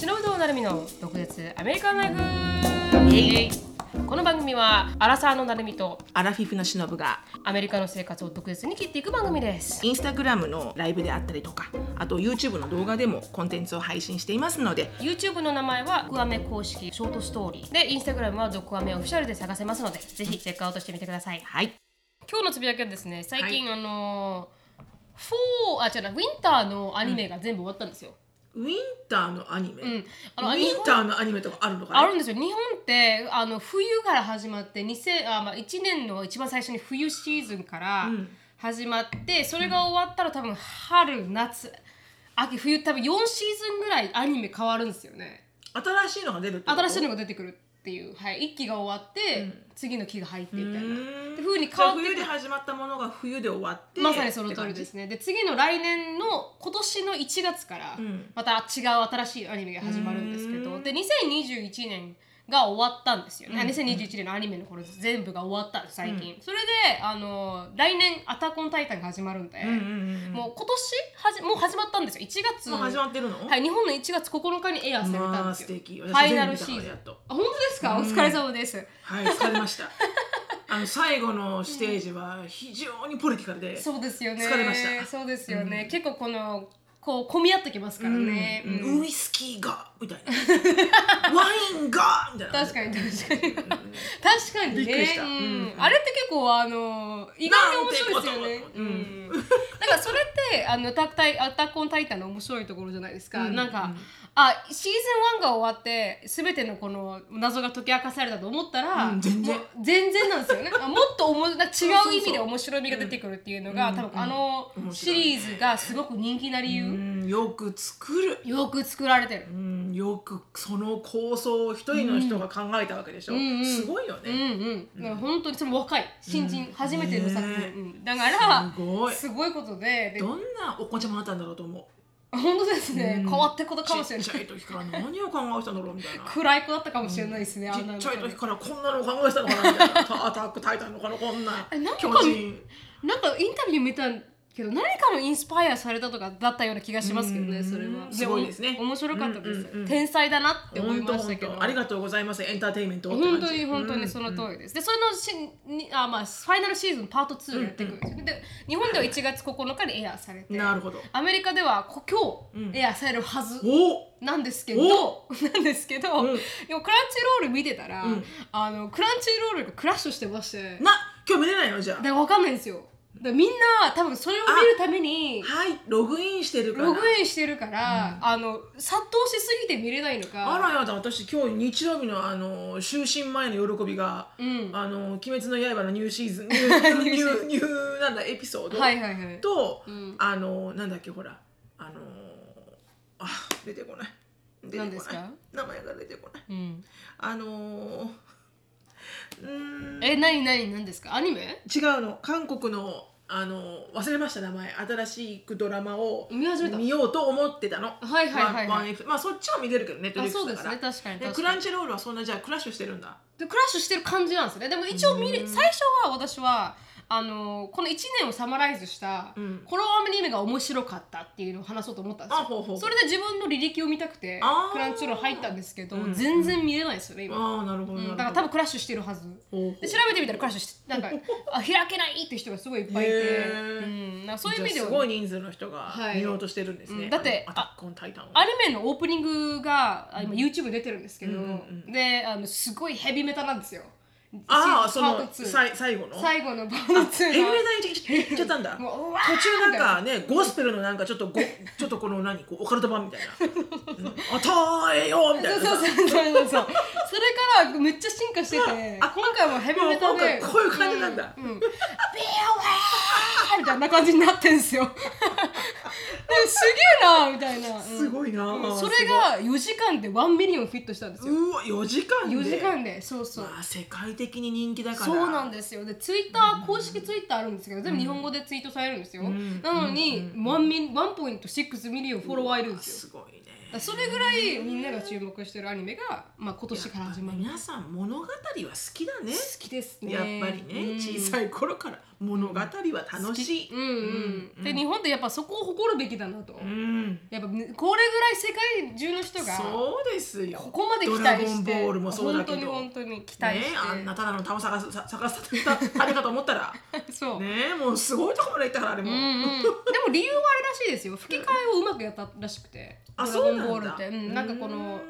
野成美の独舌アメリカンライフこの番組はアラサーの成美とアラフィフの忍がアメリカの生活を独舌に切っていく番組ですインスタグラムのライブであったりとかあと YouTube の動画でもコンテンツを配信していますので YouTube の名前はドクアメ公式ショートストーリーで Instagram はドクアメオフィシャルで探せますのでぜひチェックアウトしてみてくださいはい今日のつぶやきはですね最近、あのーフォーあ違うなウィンターのアニメが全部終わったんですよ、ウィンターのアニメ、うんあのウィンターのアニメとかあるのかあなるんですよ日本ってあの冬から始まって2000あ、まあ、1年の一番最初に冬シーズンからうん始まって、それが終わったら多分春夏秋冬多分4シーズンぐらいアニメ変わるんですよね新しいのが出るってこと新しいのが出てくるっていう、はい、1期が終わって、次の期が入ってみたいなうーんって風に変わってく冬で始まったものが冬で終わってまさにその通りですすねで次の来年の今年の1月からうんまた違う新しいアニメが始まるんですけどで2021年が終わったんですよね、うん2021年のアニメの頃全部が終わったんです最近、それであの来年「アタコンタイタン」が始まるんで、うんうんうん、もう今年はじもう始まったんですよ1月もう始まってるの、はい、日本の1月9日にエアされたんまあです素よ、敵ファイナルシー全部ズン見たからやっとあ本当ですか、うんお疲れ様ですはい疲れましたあの最後のステージは非常にポリティカ ルでそうですよね疲れましたそうですよね、結構このこう混み合ってきますからね、うんうんウイスキーがみたいな ワインがみたいな確かに確かにうんうん確かにねびっくりしたうんあれって結構あの意外に面白いですよねなんてことううんん、だからそれってあのアタックタイアタックオンタイタンの面白いところじゃないですか、うんなんか、うんあシーズン1が終わって全てのこの謎が解き明かされたと思ったら、うん全然もう全然なんです よねあもっとおもなんか違う意味で面白みが出てくるっていうのがうん多分あのうん面シ白いリーズがすごく人気な理由、うんよく作る、よく作られてるうん、よくその構想を一人の人が考えたわけでしょ、うんうんうんすごいようんね、うん、だから本当にその若い新人、うん初めての作品、ねえうんだからすごいすごいことででどんなお子ちゃまだったんだろうと思う本当ですね、うん変わってことかもしちれっないちゃい時から何を考えてたんだろうみたいな 暗い子だったかもしれないですね、ちあんなっのちゃい時からこんなの考えてたのかなみたい なアタックタイタンのこのこんなえなんか巨人なんかインタビュー見たけど何かのインスパイアされたとかだったような気がしますけどねうんそれはすごいですねお面白かったです、うんうんうん天才だなって思い本当ました本けど当ありがとうございますエンターテインメントって感本じ当に本当うにんその通りです。で、それのしにあ、まあ、ファイナルシーズンパート2やってくるんですよ、で、日本では1月9日にエアされて、なるほどアメリカではこ今うん日エアされるはずおなんですけど、なんですけど、うんでもクランチロール見てたら、うんあのクランチロールがクラッシュしてまして、な今日見れないのじゃあでわかんないんですよ。でみんな多分それを見るためにはいログインしてるからログインしてるから、あの殺到しすぎて見れないのか。あらやだ私今日日曜日のあの就寝前の喜びが、うん。あの「鬼滅の刃」のニューシーズンニューニューニューなんだエピソード、はいはいはい。と、うんあのなんだっけほらあのあ出てこない出てこな何いですか名前が出てこないうん、あのうーんえ、なになになんですかアニメ違うの韓国のあの忘れました名前新しくドラマを見始めたようと思ってたのはいはいはいはいワンワンエピまあそっちは見れるけどねトリあッそうクでだすかね確かに確らかにでクランチロールはそんなじゃあクラッシュしてるんだでクラッシュしてる感じなんですねでも一応見れ最初は私はあのこの1年をサマライズした、うんこのアニメが面白かったっていうのを話そうと思ったんであすよほうほうそれで自分の履歴を見たくてあークランチロール入ったんですけど、うん全然見れないですよね今、ああなるほどなるほだど、から多分クラッシュしてるはずほうほうで調べてみたらクラッシュしてなんかあ開けないって人がすごいいっぱいいて、へーうん、なんかそういう意味でじゃあはすごい人数の人がはい見ようとしてるんですね、うんだってあのアタックオンタイタンをアニメのオープニングがあ今 YouTube 出てるんですけど、うんうんうであのすごいヘビメタなんですよ。ああシそーズンパーのト2さい最後の最後のパート2のヘビメタに行っちゃったんだもううわー途中なんかねゴスペルのなんかちょっと ごちょっとこの何こうオカルト版みたいな「あたえよ」みたいなそうそうそうそうそうそうそれからめっちゃ進化しててあ今回もヘビメタもう今で回こういう感じなんだうんうん、ビアワーみたいな感じになってんす よでもすげえなみたいな、うんすごいなうんあそれが4時間で1ミリオンフィットしたんですようわ4時間で4時間でそうそう、まあ世界的に人気だからそうなんだですよでツイッター公式ツイッターあるんですけど全部日本語でツイートされるんですよ、んなのに、ワンミワンポイント6ミリオンフォロワーいるんですよすごいねだからそれぐらいみんなが注目してるアニメが、まあ、今年から始まる皆さん物語は好きだね好きですねやっぱりね小さい頃から物語は楽しい。うんうん、うんで日本ってやっぱそこを誇るべきだなと、うんやっぱねこれぐらい世界中の人がそうですよ。ここまで期待してドラゴンボールもそうだけど。本当に本当に期待して、ね、あんなただの玉探すさ探すたれかと思ったらそう、ねもうすごいとこまで行ったからあれうも、ん うん、でも理由はあれらしいですよ吹き替えをうまくやったらしくて「あドラゴンそうなんだボール」って、うん、なんかこの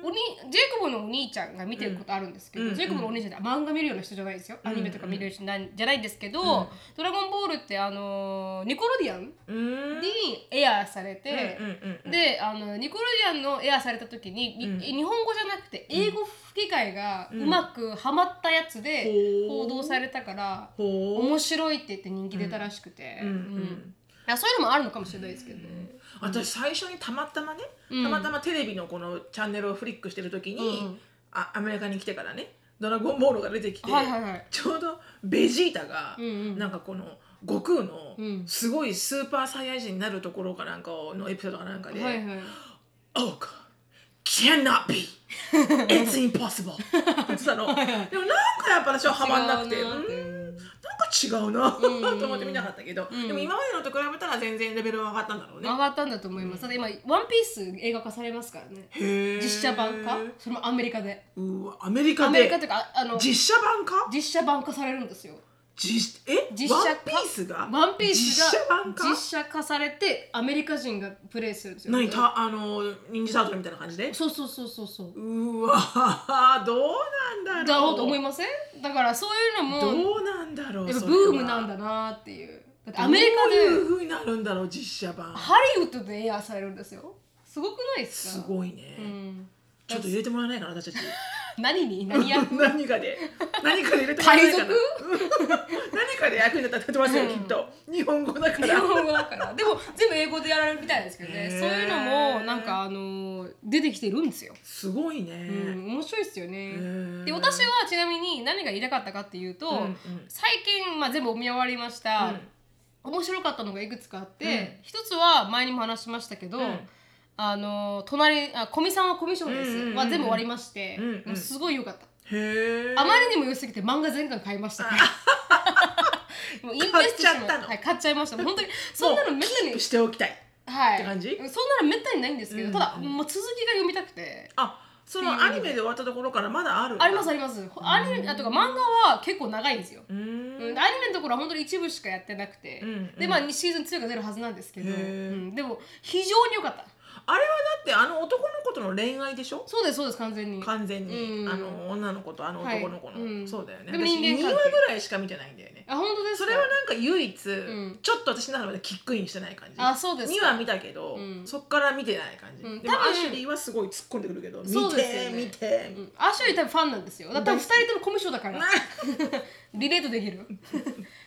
おにジェイコブのお兄ちゃんが見てることあるんですけど、うんジェイコブのお兄ちゃんって漫画見るような人じゃないですよ、アニメとか見る人なんじゃないんですけど「ドラゴンボール」ってあのーニコロディアンうーんにエアーされて、うんうんうんうんであのニコルディアンのエアされた時に、にうん日本語じゃなくて英語吹き替えがうまくはまったやつでうん報道されたから、ほう面白いって言って人気出たらしくて、うんううんんいやそういうのもあるのかもしれないですけどね。私最初にたまたまね、うんたまたまテレビのこのチャンネルをフリックしてる時に、うんうんあアメリカに来てからね「ドラゴンボール」が出てきて、はいはいはいちょうどベジータが、うんうんなんかこの悟空うんのすごいスーパーサイヤ人になるところかなんかをのエピソードかなんかで、はいはい、 Oh God, cannot be. It's impossible. って言ってたの。でもなんかやっぱ私はハマんなくて、違ううなーっんてなんか違うなと思って見なかったけど、んでも今までのと比べたら全然レベルは上がったんだろうね上。がったんだと思います。ただ今「ワンピース映画化されますからねへー実写版化それもアメリカでうわ、アメリカアメリカといでうかああの実写版化実写版化されるんですよ。実え実写ワ化ンピースがワンピース実写版化が実写化されてアメリカ人がプレイするんですよ。何たあの忍者タートルみたいな感じでそうそうそうそうそう。うわどうなんだだろろううと思いませんだからそういうのもどうなんだろやうっぱそブれはームなんだなっていう。だってアメリカどういうで風になるんだろう実写版ハリウッドでエアーされるんですよ。すごくないですすかごいね、うん、ちょっと入れてもらえないかな私たち何に何役 何かで何かで入れてもらえないかな海 何かで役に立ってますよ、きっと日本語だか日ら本語だ からでも全部英語でやられるみたいですけどねへーそういうのもなんかあのー出てきてるんですよ、すごいね、うん、面白いですよねーで私はちなみに何が言いたかったかっていうと、うんうん最近、まあ、全部お見終わりました、面白かったのがいくつかあって、一つは前にも話しましたけど、んあの隣あ古見さんはコミションです、うんうんうんうんは全部終わりまして、うんうんもうすごい良かった、へえあまりにも良すぎて漫画全巻買いました もうインベストして買っちゃったのはい、買っちゃいました本当にそんなのめったにしておきたいはい、って感じそんなのめったにないんですけど、うんただもう続きが読みたくてあそのアニメで終わったところからまだあるんだありますありますほアニメあとか漫画は結構長いんですよ、ううんーんアニメのところは本当に一部しかやってなくて、うんうんでまあシーズン2が出るはずなんですけど、へうーん、でも非常に良かったあれはだってあの男の子との恋愛でしょそうですそうです完全に完全に、うんあの女の子とあの男の子の、はいうんそうだよねでも人間私関係2話ぐらいしか見てないんだよねあ本当ですそかれはなんか唯一、んちょっと私の中でキックインしてない感じあそうですか2話見たけど、うんそっから見てない感じ、うんでも多分アシュリーはすごい突っ込んでくるけど見て、そうですよね見て、うんアシュリー多分ファンなんですよだって2人ともコミュ障だからリレートでき る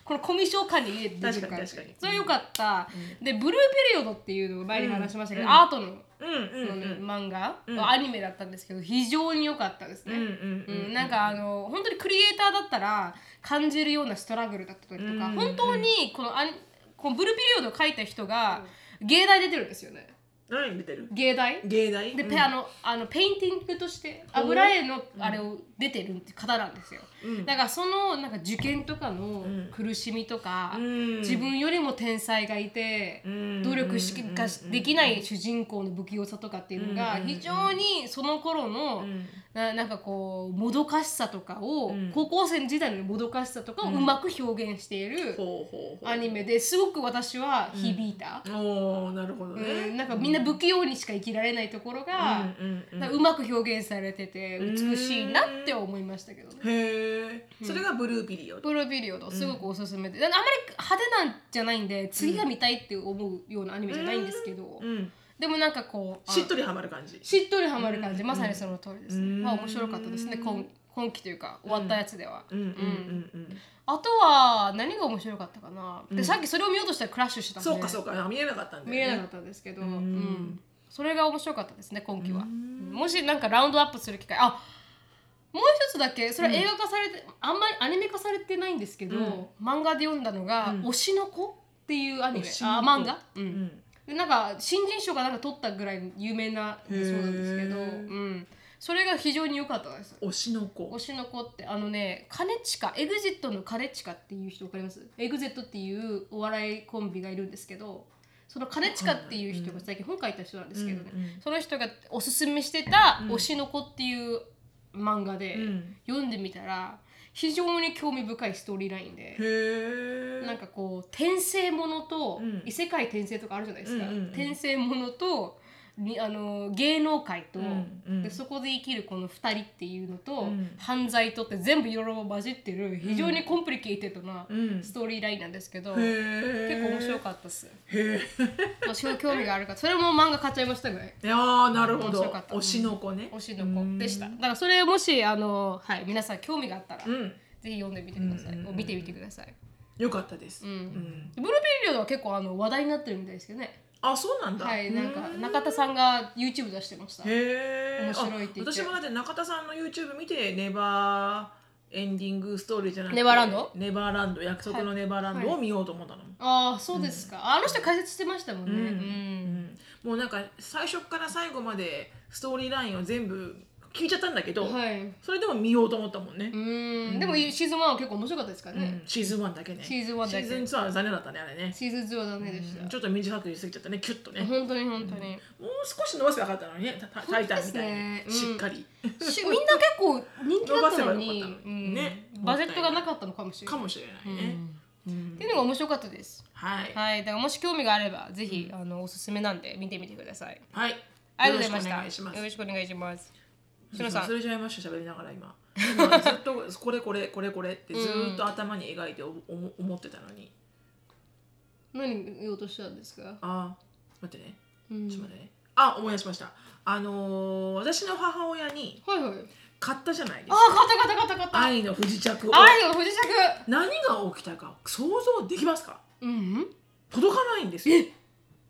このコミュ障感にリレートできるから確かに確かにそれよかった、でブルーペリオドっていうのを前に話しましたけど、うんアートのうんうんその、ね漫画、うんアニメだったんですけど非常に良かったですうね、んうんううんんなんかあの本当にクリエイターだったら感じるようなストラグルだったりとか、うん本当にこのアニこのブルーピリオドを書いた人が芸大出てるんですよね何出てる芸大芸大で、うんペあのあのペインティングとして油絵のあれを出てる方なんですよ、うんだからそのなんか受験とかの苦しみとか、うん自分よりも天才がいて、うん努力しかできない主人公の不器用さとかっていうのがうん非常にその頃の、うんななんかこうもどかしさとかを、うん高校生時代のもどかしさとかをうまく表現しているほうほうほうアニメですごく私は響いた、おーなるほどうね、んなんかみんな不器用にしか生きられないところが、うんうんうんなんかうまく表現されてて美しいなって思いましたけどね。へえ、それがブルーピリオド。プロビリオドすごくおすすめで、あんまり派手なんじゃないんで次が見たいって思うようなアニメじゃないんですけど、うん、でもなんかこうあしっとりはまる感じ。しっとりはまる感じ、まさにその通りですね、うんまあ面白かったですね今今期というか終わったやつでは、うんうんうんうん。あとは何が面白かったかな、でさっきそれを見ようとしたらクラッシュしてたんでそうかそうか、見えなかったんだよ、ね。見れなかったんですけど、うんんそれが面白かったですね今期は、もしなんかラウンドアップする機会あもう一つだけそれは映画化されて、あんまりアニメ化されてないんですけど、漫画で読んだのが「推しの子」っていうアニメ推しのあ子漫画、うんんでなんか新人賞がなんか取ったぐらい有名なそうなんですけど、うへーん、それが非常に良かったです推しの子推しの子ってあのね兼近エグジットの兼近っていう人わかりますエグゼットっていうお笑いコンビがいるんですけどその兼近っていう人が最近本書いた人なんですけどね、うんうんその人がおすすめしてた「うん推しの子」っていう漫画でうん読んでみたら非常に興味深いストーリーラインでへえなんかこう転生ものとうん異世界転生とかあるじゃないですか、うんうんうん転生ものとにあの芸能界と、うんうんでそこで生きるこの2人っていうのと、うん犯罪とって全部いろいろ混じってる非常にコンプリケイテッドなうんストーリーラインなんですけど、結結構面白っかったっす。たへえまあ、すごい興味があるからそれも漫画買っちゃいましたぐらいいやーなるほ面ど白かった推しの子ね推しの子でしただからそれもしあの、はい、皆さん興味があったら、うぜんひ読んでみてください、うんうんうん見てみてください、よかったですうんんブルーベリー寮は結構あの話題になってるみたいですけどねあそうなんだはいなんかう中田さんが YouTube 出してましたへえ面白いって言って私もだって中田さんの YouTube 見てネバーエンディングストーリーじゃなくてネバーランドネバーランド約束のネバーランドはを見ようと思ったの、ああそうですか、あの人解説してましたもんねうんう、うんんもうなんか最初から最後までストーリーラインを全部聞いちゃったんだけど、はいそれでも見ようと思ったもんねう、んでもシーズン1は結構面白かったですからうねん、シーズン1だけねシーズンワンだけシーズン2は残念だったねあれねシーズン2はダメでした、ちょっと短く言い過ぎちゃったねキュッとね、もう本当に本当に、少し伸ばせばよかったのにねタタイタンみ本当ですたいに、ねうんしっかりしみんな結構人気だったのに伸ばせばよかったのにねうんバジェットがなかったのかもしれないかもしれないね、うんっていうのが面白かったですはいはいだからもし興味があればぜひ、あのおすすめなんで見てみてくださいはいありがとうございましよたろしくお願いしますよろしくお願いしますしそのうさん忘れちゃいました喋りながら 今今ずっとこれこれこれこれってずっと頭に描いておおも思ってたのに何言おうとしたんですかあー待ってねうんちょっと待ってねあ思い出しましたあのー、私の母親にはいはい買ったじゃないですあかー買った買った買った買っ愛の不時着をた愛の不時着何が起きたか想像できますかうん届かないんですよ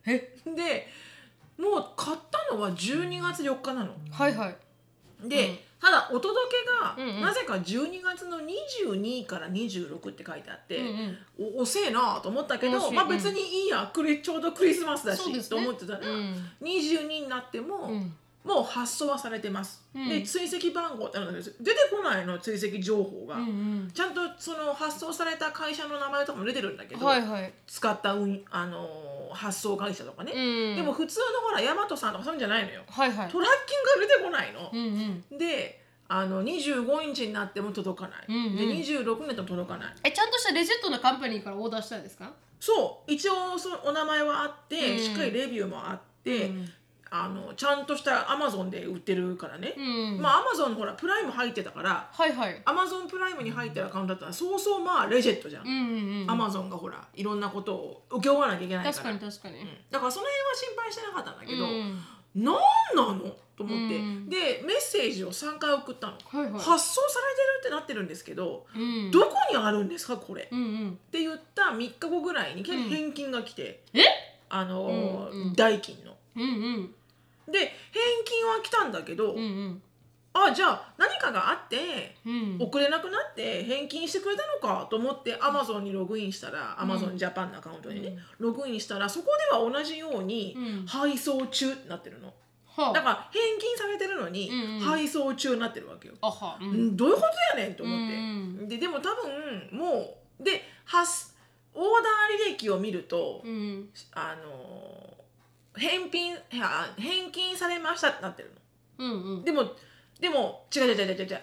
えでもう買ったのは12月4日なのはいはいで、うんただお届けが、うんうんなぜか12月の22から26って書いてあって、うんうんお遅えなと思ったけ面白ど、いまあ、うん別にいいやクリちょうどクリスマスだそうし、ですねと思ってたら、うん22になっても、うんもう発送はされてます、うんで追跡番号ってあるんです出てこないの追跡情報が、うんうんちゃんとその発送された会社の名前とかも出てるんだけど、はいはい使った運、あのー発送会社とかね、うんでも普通のほらヤマトさんとかそういうんじゃないのよはいはいトラッキングが出てこないのう、んうんであの25日になっても届かない、うんうんで26になっても届かないえちゃんとしたレジェットなカンパニーからオーダーしたんですかそう一応そのお名前はあっうて、んしっかりレビューもあって、あのちゃんとしたアマゾンで売ってるからね、うんまあアマゾンほらプライム入ってたからはいはいアマゾンプライムに入ってるアカウントだったらそうそうまあレジェットじゃん、うんうんうアんマゾンがほらいろんなことを請け負わなきゃいけないから確かに確かにうんだからその辺は心配してなかったんだけど、うんなんなのと思って、うんでメッセージを3回送ったの、はいはい発送されてるってなってるんですけど、うんどこにあるんですかこれ、うんうんって言った3日後ぐらいに結構返金が来て、えあのーうんうん代金の。うんうんで返金は来たんだけど、うんうんあじゃあ何かがあってうん送れなくなって返金してくれたのかと思ってアマゾンにログインしたらアマゾンジャパンのアカウントにね、ログインしたらそこでは同じようにうん配送中ってなってるの。はだから返金されてるのにうんうん配送中になってるわけよ。ああはううんどういうことやねんと思って、うんうででも多分もうで発オーダー履歴を見ると、うんあのー返品あ返金されましたってなってるうんうのんでもでも違う違う違う違う違う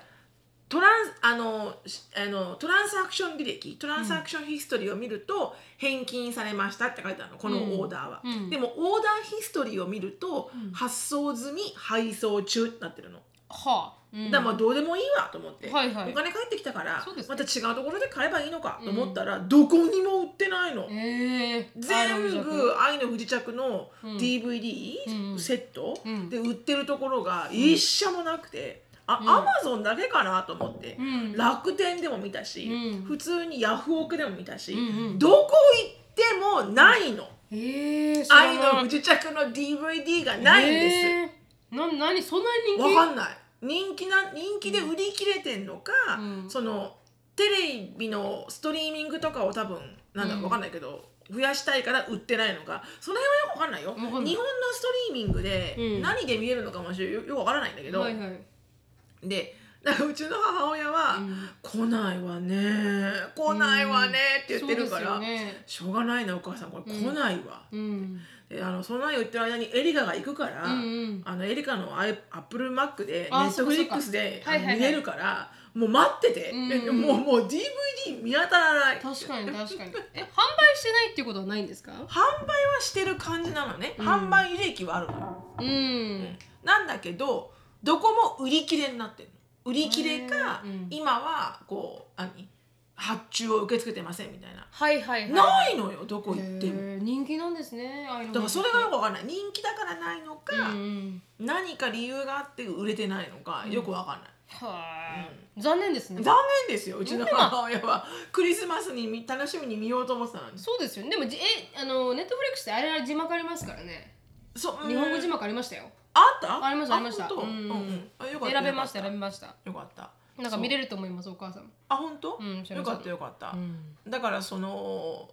トランスあのーしあのートランサクション履歴トランサクションヒストリーを見ると、返金されましたって書いてあるのこのうんオーダーは、うんでもオーダーヒストリーを見ると、うん発送済み配送中ってなってるのはうんだからまあどうでもいいわと思って、はいはいお金返ってきたから、そうですねまた違うところで買えばいいのかと思ったら、どこにも売ってないの、ええ全部「愛の不時着」のうん DVD、うんセット、うんで売ってるところが一社もなくて、あうんアマゾンだけかなと思って、うん楽天でも見たし、うん普通にヤフオクでも見たし、うんうんどこ行ってもないの「ええ知ら愛の不時着」の DVD がないんです。えーな何そんなに人気わかんない人気な人気で売り切れてんのか、うんそのテレビのストリーミングとかを多分なんだうかんわかんないけど、増やしたいから売ってないのかその辺はよくわかんないよかんない日本のストリーミングでうん何で見えるのかもしれよよくわからないんだけど、はいはいでだからうちの母親はう「ん来ないわね来ないわね」って言ってるから、そうですよねしょうがないなお母さんこれ来ないわ、うんであのそんなに言ってる間にエリカが行くから、うんうんあのエリカのアイアップルマックでネあットフリックスでそうかそうかはいはいはいあの見れるからもう待ってて、うんでもうもう DVD 見当たらない確かに確かにえ販売してないっていうことはないんですか販売はしてる感じなのね、うん販売利益はあるのようんなんだけどどこも売り切れになってるの売り切れか、へーうん今はこう何発注を受け付けてませんみたいな、はいはいはいないのよどこ行ってもへー人気なんですねアイロンだからそれがよくわかんない人気だからないのか、うんうん何か理由があって売れてないのかよくわかんない、はー残念ですね残念ですようちの母親はクリスマスに見楽しみに見ようと思ってたのにそうですよねでもじえあのネットフリックスってあれは字幕ありますからねそううん日本語字幕ありましたよあったありましたありました本当うんうんうんあよかった選べました選よかっべましたたよかったなんか見れると思いますお母さんあ本当、うん知らよなかっかたったよかったう、んだからその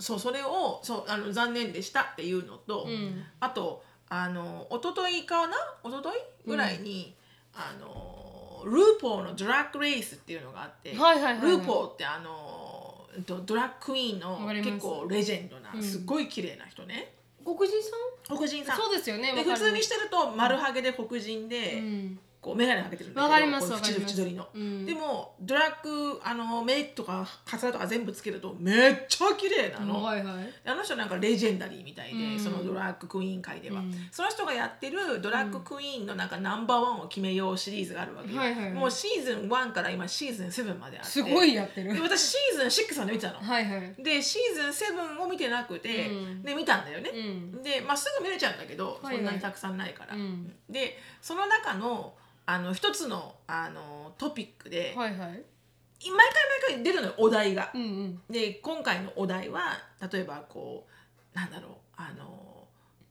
そうそれをそうあの残念でしたっていうのと、うんあとあの一昨日かな一昨日ぐらいに、あのルーポーのドラッグレースっていうのがあって、はいはいはいはいルーポーってあのえっとドラッグクイーンのわかります結構レジェンドな、うんすっごい綺麗な人ね黒人さ黒人さんんそうですよねでわか普る通にしてると丸ハゲで黒人で、うんこう眼鏡かけてるんだけどわかりますこうわかります縁取りの、うんでもドラッグあのメイクとかカツラとか全部つけるとめっちゃ綺麗なの、はいはいあの人なんかレジェンダリーみたいで、うんそのドラッグクイーン界では、うんその人がやってるドラッグクイーンのなんかナンバーワンを決めようシリーズがあるわけよ、はいはいはいもうシーズン1から今シーズン7まであってすごいやってるで私シーズン6まで見てたの、はいはいでシーズン7を見てなくて、うんで見たんだよねう、んで、まあ、すぐ見れちゃうんだけど、はいはいそんなにたくさんないから、うんでその中のあの一つのあのトピックで、はいはい毎回毎回出るのよお題がう。んうんで今回のお題は例えばこうなんだろうあの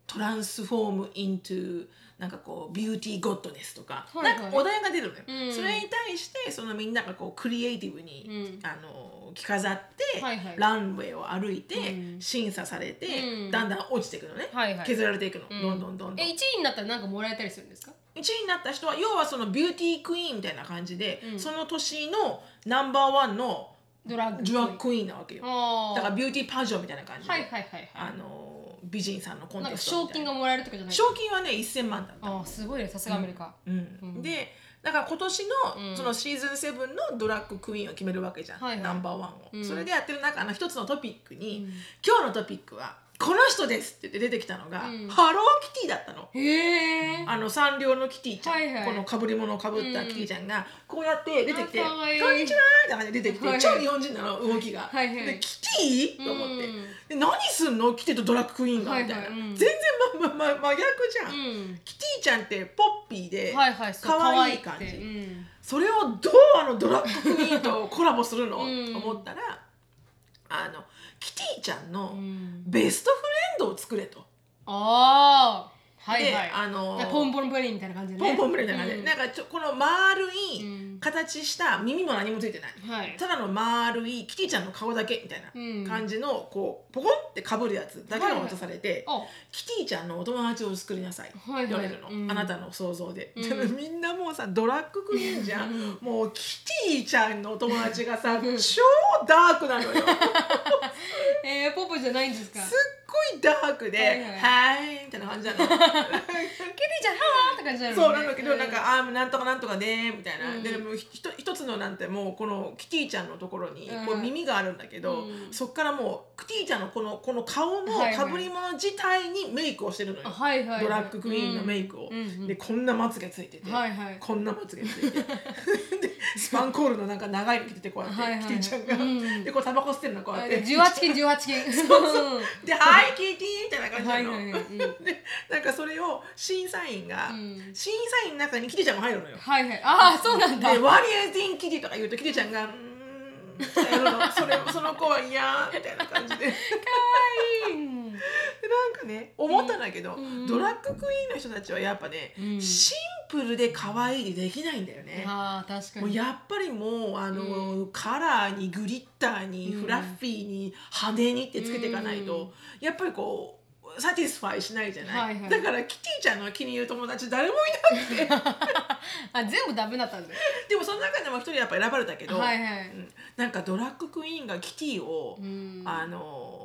トランスフォーム・イントゥなんかこうビューティー・ゴッドネスとか、はいはいなんかお題が出るのよ、うんそれに対してそのみんながこうクリエイティブに、うんあの着飾って、はいはいランウェイを歩いて、うん審査されて、うんだんだん落ちていくのね、はいはい削られていくの、うんどんどんどんどんえ。一位になったらなんかもらえたりするんですか1位になった人は要はそのビューティークイーンみたいな感じで、うんその年のナンバーワンのドラッグジュアクイーンなわけよ。あだあからビューティーパジョンみたいな感じで、はいはいはいあはの美人さんのコいンなんテかスト賞みたい金ながもらえるとかじゃない賞金はね1000万だった、ああすごいねさすがアメリカうんうんでだから今年の,、うんそのシーズン7のドラッグクイーンを決めるわけじゃん、はいはいナンバーワンを、うんそれでやってる中の一つのトピックに、うん今日のトピックは「この人です」って言って出てきたのが、うんハローキティだったの。へえあのサンリオのキティちゃん、はいはいこの被り物をかぶったキティちゃんがこうやって出てきて「あこかわいいんにちは」って感じで出てきて、はい超日本人なの動きが。はいはいでキティと思って、で何すんのキティとドラッグクイーンがみたいな、はいはいうん全然、ままま、真逆じゃん、うんキティちゃんってポッピーで、はいはいそう可愛い可愛くて感じうんそれをどうあのドラッグクイーンとコラボするの、うんと思ったらあのキティちゃんうのんベストフレンドを作れと。ああはいで、はいあのポンポンプリンみたいな感じでポねンポンブレみたいな感じで、うんなんかちょこの丸ういん形した耳も何もついてない、はいただの丸いキティちゃんの顔だけみたいなうん感じの、こうポコンってかぶるやつだけが渡されて、あキティちゃんのお友達を作りなさい、はいはい言われるの、うんあなたの想像で、うんでもみんなもうさドラッグクイーンじゃん、うんもうキティちゃんのお友達がさ、うん超ダークなのよえーポップじゃないんですかすっごいダークで「ははーいいはいみたいな感じなの ケティちゃんハワーって感じだよねそうなんだけど、なんか「ああーもうなんとかなんとかね」みたいな、うんでもうひひと一つのなんてもうこのキティちゃんのところにうんこう耳があるんだけど、うんそっからもうキティちゃんのこのこの顔のはいかはいぶり物自体にメイクをしてるのよ、あはいはいはいドラッグクイーンのメイクを、うんうんうんでこんなまつげついてて、はいはいこんなまつげついて でスパンコールのなんか長いの着ててこうやって、はいはいキティちゃんが、うんでこうタバコ吸ってるのこうやって十八金十八 金。そうで「はいキティ」みたいな感じはないの、はいはい。うんでなんかそれを審査員が、うん審査員の中にキティちゃんが入るのよ、はいはい。ああそうなんだ。で「What do you think キティ」とか言うとキティちゃんが「うーん」ってやるのそれその子は「いやー」みたいな感じでで うんなんかね思ったんだけど、うんドラッグクイーンの人たちはやっぱね、うんシンプルで可愛いでできないんだよね。ああ確かもうに。やっぱりもうあの、カラーにグリッターにうんフラッフィーに派手にってつけていかないと、やっぱりこうサティスファイしないじゃない、はいはいだからキティちゃんの気に入る友達誰もいなくてあ全部ダメだったんだよでもその中でも一人やっぱ選ばれたけど、はいはういんなんかドラッグクイーンがキティを、うんあの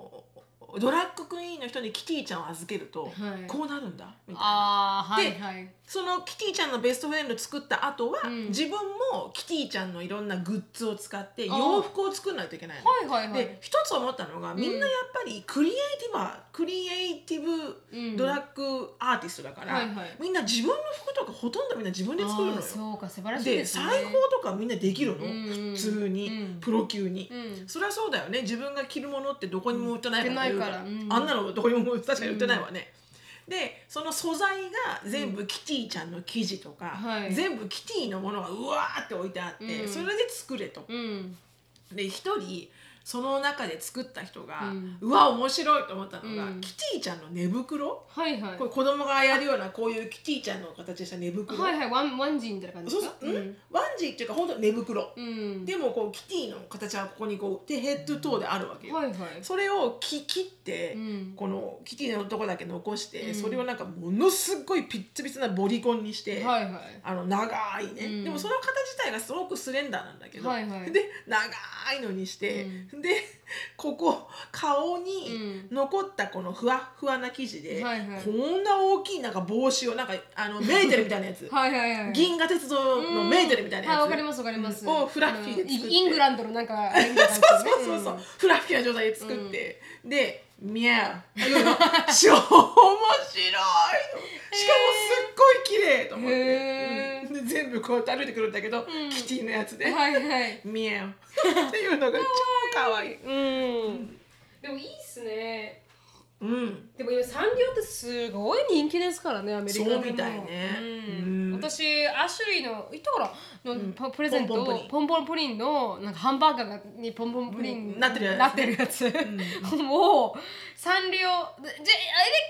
ドラッグクイーンの人にキティちゃんを預けると、はいこうなるんだみたいなああはでいはいそのキティちゃんのベストフレンド作った後は、うん自分もキティちゃんのいろんなグッズを使ってあー洋服を作んないといけないの。はいはいはいで一つ思ったのがみんなやっぱりクリエイティブは、クリエイティブうんドラッグアーティストだから、はいはいみんな自分の服とかほとんどみんな自分で作るのあーよ。そうか素晴らしいでですね裁縫とかみんなできるの、うんうん普通に、うんプロ級に、うんそりゃそうだよね自分が着るものってどこにも売ってないから,、売ってないからうんあんなのどこにも確かに売ってないわね、でその素材が全部キティちゃんの生地とか、はい全部キティのものがうわーって置いてあって、うんそれで作れと。うんで一人その中で作った人が、ううんわ面白いと思ったのが、うんキティちゃんの寝袋はいはいこれ子供がやるようなこういうキティちゃんの形した寝袋、はいはいワンワンジーみたいな感じそでうすかそう、うん、ワンジーっていうか本当寝袋、うんでもこうキティの形はここにこうでヘッドトーであるわけよ、はいはいそれをき切って、うんこのキティのとこだけ残して、うんそれをなんかものすごいピッツピツなボリコンにして、はいはいあの長いね、うんでもその形自体がすごくスレンダーなんだけど、はいはいで長いのにして、でここ顔にう残ったこのふわっふわな生地で、はいはいこんな大きいなんか帽子をなんかあのメーテルみたいなやつ はいはいはい銀河鉄道のメーテルみたいなはやつ、いわかりますわかりますをフラッフィーで作ってあのイイングランドのなんかそうそうそうそう、フラッフィーな状態で作って、で「ミャー」超面白いしかもすっごい綺麗と思って、へーうんで全部こうやって歩いてくるんだけど、んキティのやつでうん「はいはいミャー」っていうのが超可愛いうんでもいいっすねうんでも今産業ってすごい人気ですからねアメリカでもそうみたいねうんうん私アシュリーのいところのパプレゼントポンポをンプリンポンポンプリンのなんかハンバーガーがにポンポンプリンうんなってるやつなってるやつ もうサンリオでじゃあ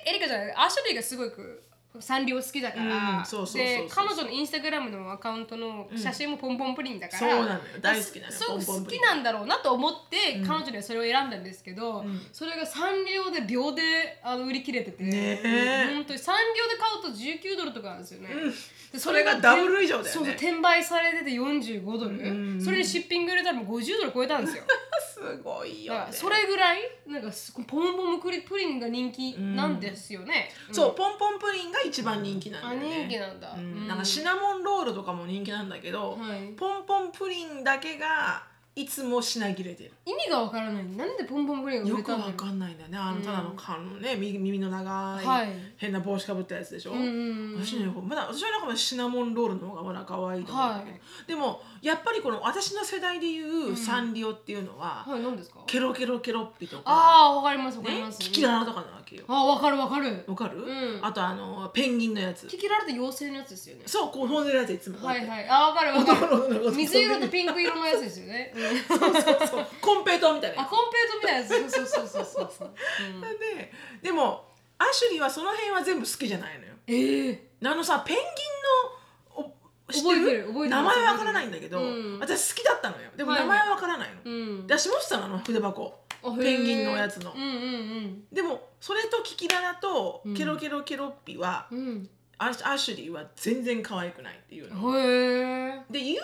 エリエリカじゃないアシュリーがすごくサンリオ好きだから、うんそうそうそうそうで彼女のインスタグラムのアカウントの写真もポンポンプリンだから、そうなのよ大好きなのよすごくポンポ好ンプリきンなんだろうなと思って、彼女にはそれを選んだんですけど、んそれがサンリオで秒であの売り切れてて、ねえうん本当にサンリオで買うと19ドルとかなんですよね、うんでそれがダブル以上だよねそうそう転売されてて45ドル、うんそれにシッピング入れたらもう50ドル超えたんですよすごいだよ、かねら、それぐらいなんかすポンポンプリンプリンが人気なんですよね、うんそうポンポンプリンが一番人気なんだあよね人気なんだ、うんなんかシナモンロールとかも人気なんだけど、はいポンポンプリンだけがいつも品切れてる意味がわからないなんでポンポンプリンが売よれくたんだろわうかんないんだよねあのただの缶のね耳耳の長い、はい変な帽子かぶったやつでしょ、うんうんうん私ねまだ私はなんかシナモンロールの方がまだ可愛いと思うんだけど、はいでもやっぱりこの私の世代でいうサンリオっていうのは、はい何ですかケロケロケロッピとか、ああわかりますわかりねます、キキララとかなわけよあわかるわかるわかる、うんあとあのペンギンのやつキキララって妖精のやつですよねそうこう飛んでるやついつもこうやはっていはいあわかるわか男の子のこると水色とピンク色のやつですよ ね、うん、あコンペそうコンペイトーみたいなやつイトみたいなやつそうそうそうそうそう、うん、ででもアシュリーはその辺は全部好きじゃないのよ ええあのさペンギンのお覚えてる覚えてる名前はわからないんだけど、うん私好きだったのよでもはい名前はわからないの、うんで私持ってたのあの筆箱あペンギンのやつのへえうんでもそれとキキララとうんケロケロケロッピは、うんうんアシアシュリーは全然可愛くないっていうのうんへえで唯一、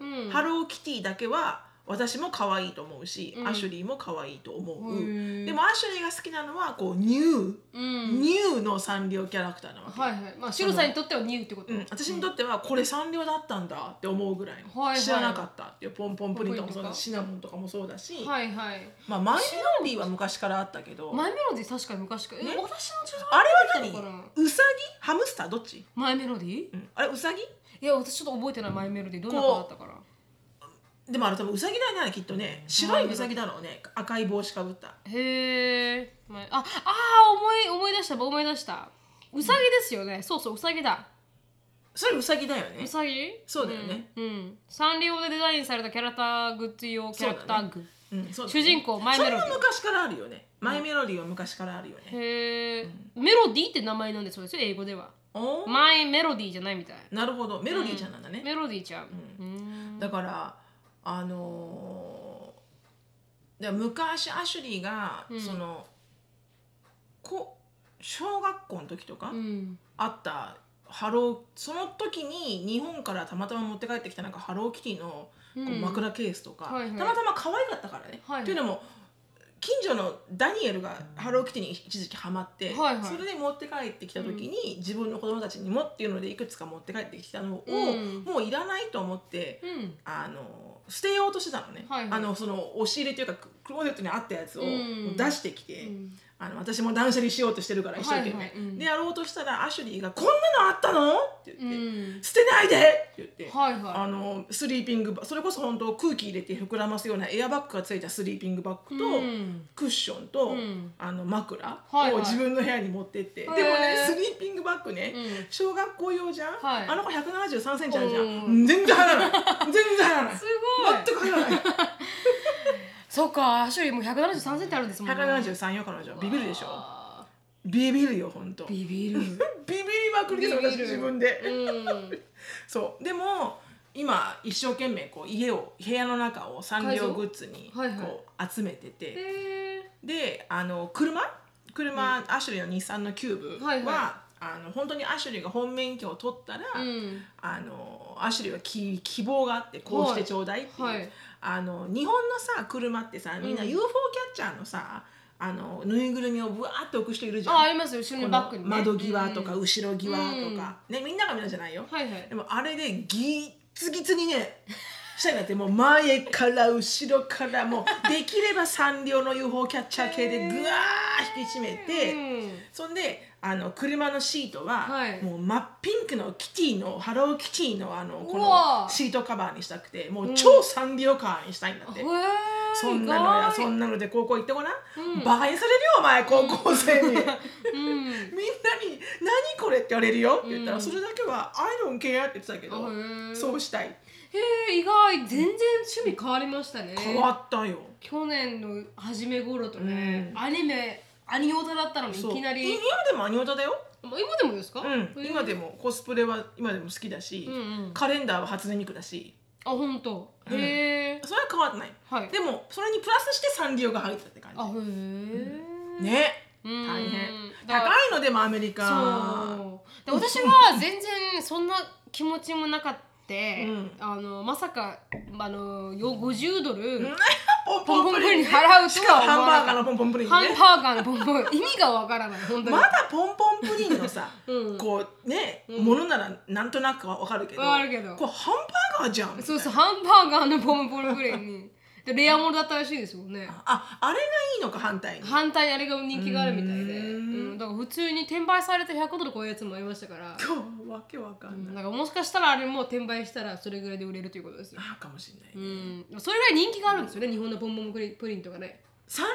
うんハローキティだけは私も可愛いと思うし、うんアシュリーも可愛いと思う、へえでもアシュリーが好きなのはこうニュうー、んニューのサンリオキャラクターなわけ、はいはいまあシロさんにとってはニューってこと、うん、私にとってはこれサンリオだったんだって思うぐらいの、はいはい知らなかったっていうポンポンプリンとかもそうだしポシナモンとかもそうだし、はいはいまあ、マイメロディーは昔からあったけどマイメロディー確かに昔から、えね私の中あれどはうだったの何ウサギハムスターどっち、マイメロディーうん、あれウサギいや私ちょっと覚えてないマイメロディーどんなこう子だったからでもあれ多分ウサギだよねきっとね白いウサギだろうね赤い帽子かぶったへえ。まあ、ああー、思い、思い出した、思い出した。うさぎですよね。そうそう、うさぎだ。それウサギだよねうさぎ。そうだよねうん。うん。サンリオでデザインされたキャラクターグッズ用キャラクターグ。うんそうだ主ね人公マイメロディーそれは昔からあるよねマイメロディーは昔からあるよね、へえ、メロディーって名前なんですよ。英語では。おーマイメロディーじゃないみたい。なるほどメロディーちゃんなんだね、メロディーちゃん。うん。だからあのー、で昔アシュリーが、うんそのこ小学校の時とか、うんあったハローその時に日本からたまたま持って帰ってきたなんかハローキティのこううん枕ケースとか、はいはいたまたま可愛かったからね。はいはいというのも近所のダニエルがハローキティに一時期ハマって、はいはいそれで持って帰ってきた時に、自分の子供たちにもっていうのでいくつか持って帰ってきたのを、うんもういらないと思ってうんあの捨てようとしてたのね、はいはいあのその押し入れというかククローゼットにあったやつをうん出してきて、うんあの私も断捨離しようとしてるから一生懸命、はいはいうんでやろうとしたらアシュリーが「こんなのあったの?」ってう言って「ん捨てないで!」って言って、はいはあのスリーピングバそれこそ本当空気入れて膨らますようなエアバッグがついたスリーピングバッいグと、うんクッションと、うんあの枕はいをはい自分の部屋に持ってって、へーでもねスリーピングバッグね、うん小学校用じゃん、はいあの子1 7 3センチあるじゃうん全然入らない全然入らな いすごい全く入らないそうかアシュリーもう173センチあるんですもん173よ彼女ビビるでしょあビビるよ本当ービビビるビりまくりです私自分で、うんそうでも今一生懸命こう家を部屋の中をサンリオグッズにこ改造はいはいう集めてて、へーであの車車、アシュリーの日産のキューブは、はいはあの本当にアシュリーが本免許を取ったら、うんあのアシュリーはき希望があってこうしてちょうだいっていう、はいはいあの日本のさ車ってさみんなうん UFO キャッチャーのさ、あのぬいぐるみをぶわーって置く人いるじゃんあありますよ後ろのこのバッグにね窓際とかうん後ろ際とか、ねみんながみんなじゃないよ、はいはいでもあれでギッツギツにねしたいなってもう前から後ろからもうできれば三両の UFO キャッチャー系でぐわー引き締めて、うんそんであの車のシートは、はいもう真っピンクのキティのハローキティのあのこうわのーシートカバーにしたくてもう超サンリオカーにしたいんだって、へーそんなのやそ意んなので高校行ってごらん、うんバカにされるよお前高校生に。外うんへみんなに「何これ?」って言われるよって言ったら、うんそれだけは「アイロンケア」って言ってたけどあへーそうしたいー意外全然趣味変わりましたね変わったよ、去年の初め頃とね、うんアニメアニオタだったのにいそうきなり今でもアニオタだよ、もう今でもですか、うん、今でも、もコスプレは今でも好きだし、うんうん、あカレンダーは初音ミクだし本当、うんへえそれは変わってないはいでもそれにプラスしてサンリオが入ってたってあ感へじえ、ねうん、大変だ高からいのでもアメリそうカ で私は全然そんな気持ちもなかったうんあのまさかあのよ50ドル、うんポンポンポポンンププリリンンね払うとは思わなかったしかもハンバーガーのポンポンプリンハンねバーガーのポンポン意味がわからない本当に、まだポンポンプリンのさうん、こうね、うんものならなんとなくはわかるけどわかるけどこうハンバーガーじゃんみたいなそうそうハンバーガーのポンポンプレンにでレアものだったらしいですもんねああれがいいのか反対に反対にあれが人気があるみたいで、ううーんんだから普通に転売されて100ドル超えるやつもありましたから、今日わけわかうんんない、なんかもしかしたらあれも転売したらそれぐらいで売れるということですよ、ああかもしれないうね、ん、それぐらい人気があるんですよね日本のポンポンプリンプリンとかねサンリ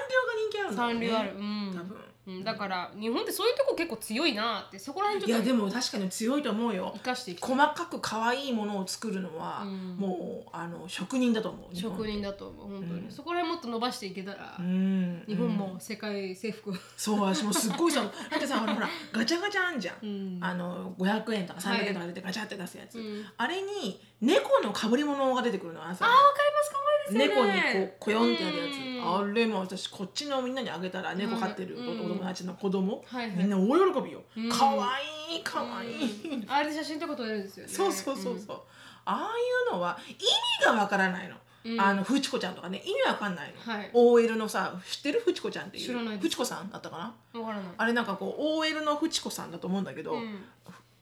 オが人気あ三るんだ流あよる、ねうん多分うん、だから日本ってそういうとこ結構強いなってそこら辺いちょやっとでも確かに強いと思うよ生かしていきたい細かく可愛いものを作るのは、うんもうあの職人だと思う日本職人だと思う本当に、うんそこら辺もっと伸ばしていけたら、うん日本うんも世界征服、そう私もすっ ごいさだってさあのほらガチャガチャあんじゃん、うんあの500円とかはい300円とか出てガチャって出すやつ、うんあれに猫のかぶり物が出てくるのあさあーわかります可愛いです猫よにねこうこよんってやるやつうあれも私こっちのみんなにあげたら猫飼ってる子うんお友達の子供はいはいみんな大喜びようんかわいいかわいうんいあれで写真とか撮れるんですよねそうそうそうそうああいうのは意味がわからないのうんあのフチコちゃんとかね意味わかんないのはい OL のさ知ってるフチコちゃんってい知らないうですフチコさんだったかなうん、分からないあれなんかこう OL のフチコさんだと思うんだけどうん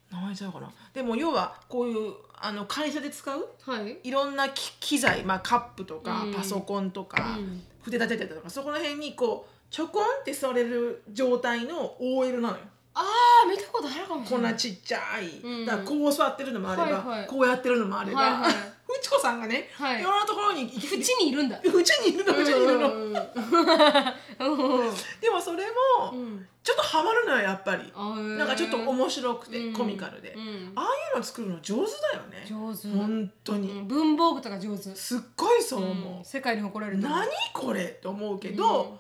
名前ちゃうかなでも要はこういうあの会社で使うはいいろんな機機材、まあ、カップとかうんパソコンとか、うん筆立ててたとかそこら辺にこうちょこんって座れる状態の OL なのよああ見たことあるかもしこれんなないちっちゃい、うんだからこう座ってるのもあれば、はいはいこうやってるのもあれば、はいはいふちこさんがね、はいいろんなところに行き縁にいるんだうちにいるのうちにいるの、うんうんうんでもそれうもんちょっとハマるのよやっぱり、あーなんかちょっと面白くて、うんコミカルで、うんああいうの作るの上手だよね上手本当に、うん文房具とか上手すっごいそう思う、うん世界に誇れると思う何これと思うけど、うん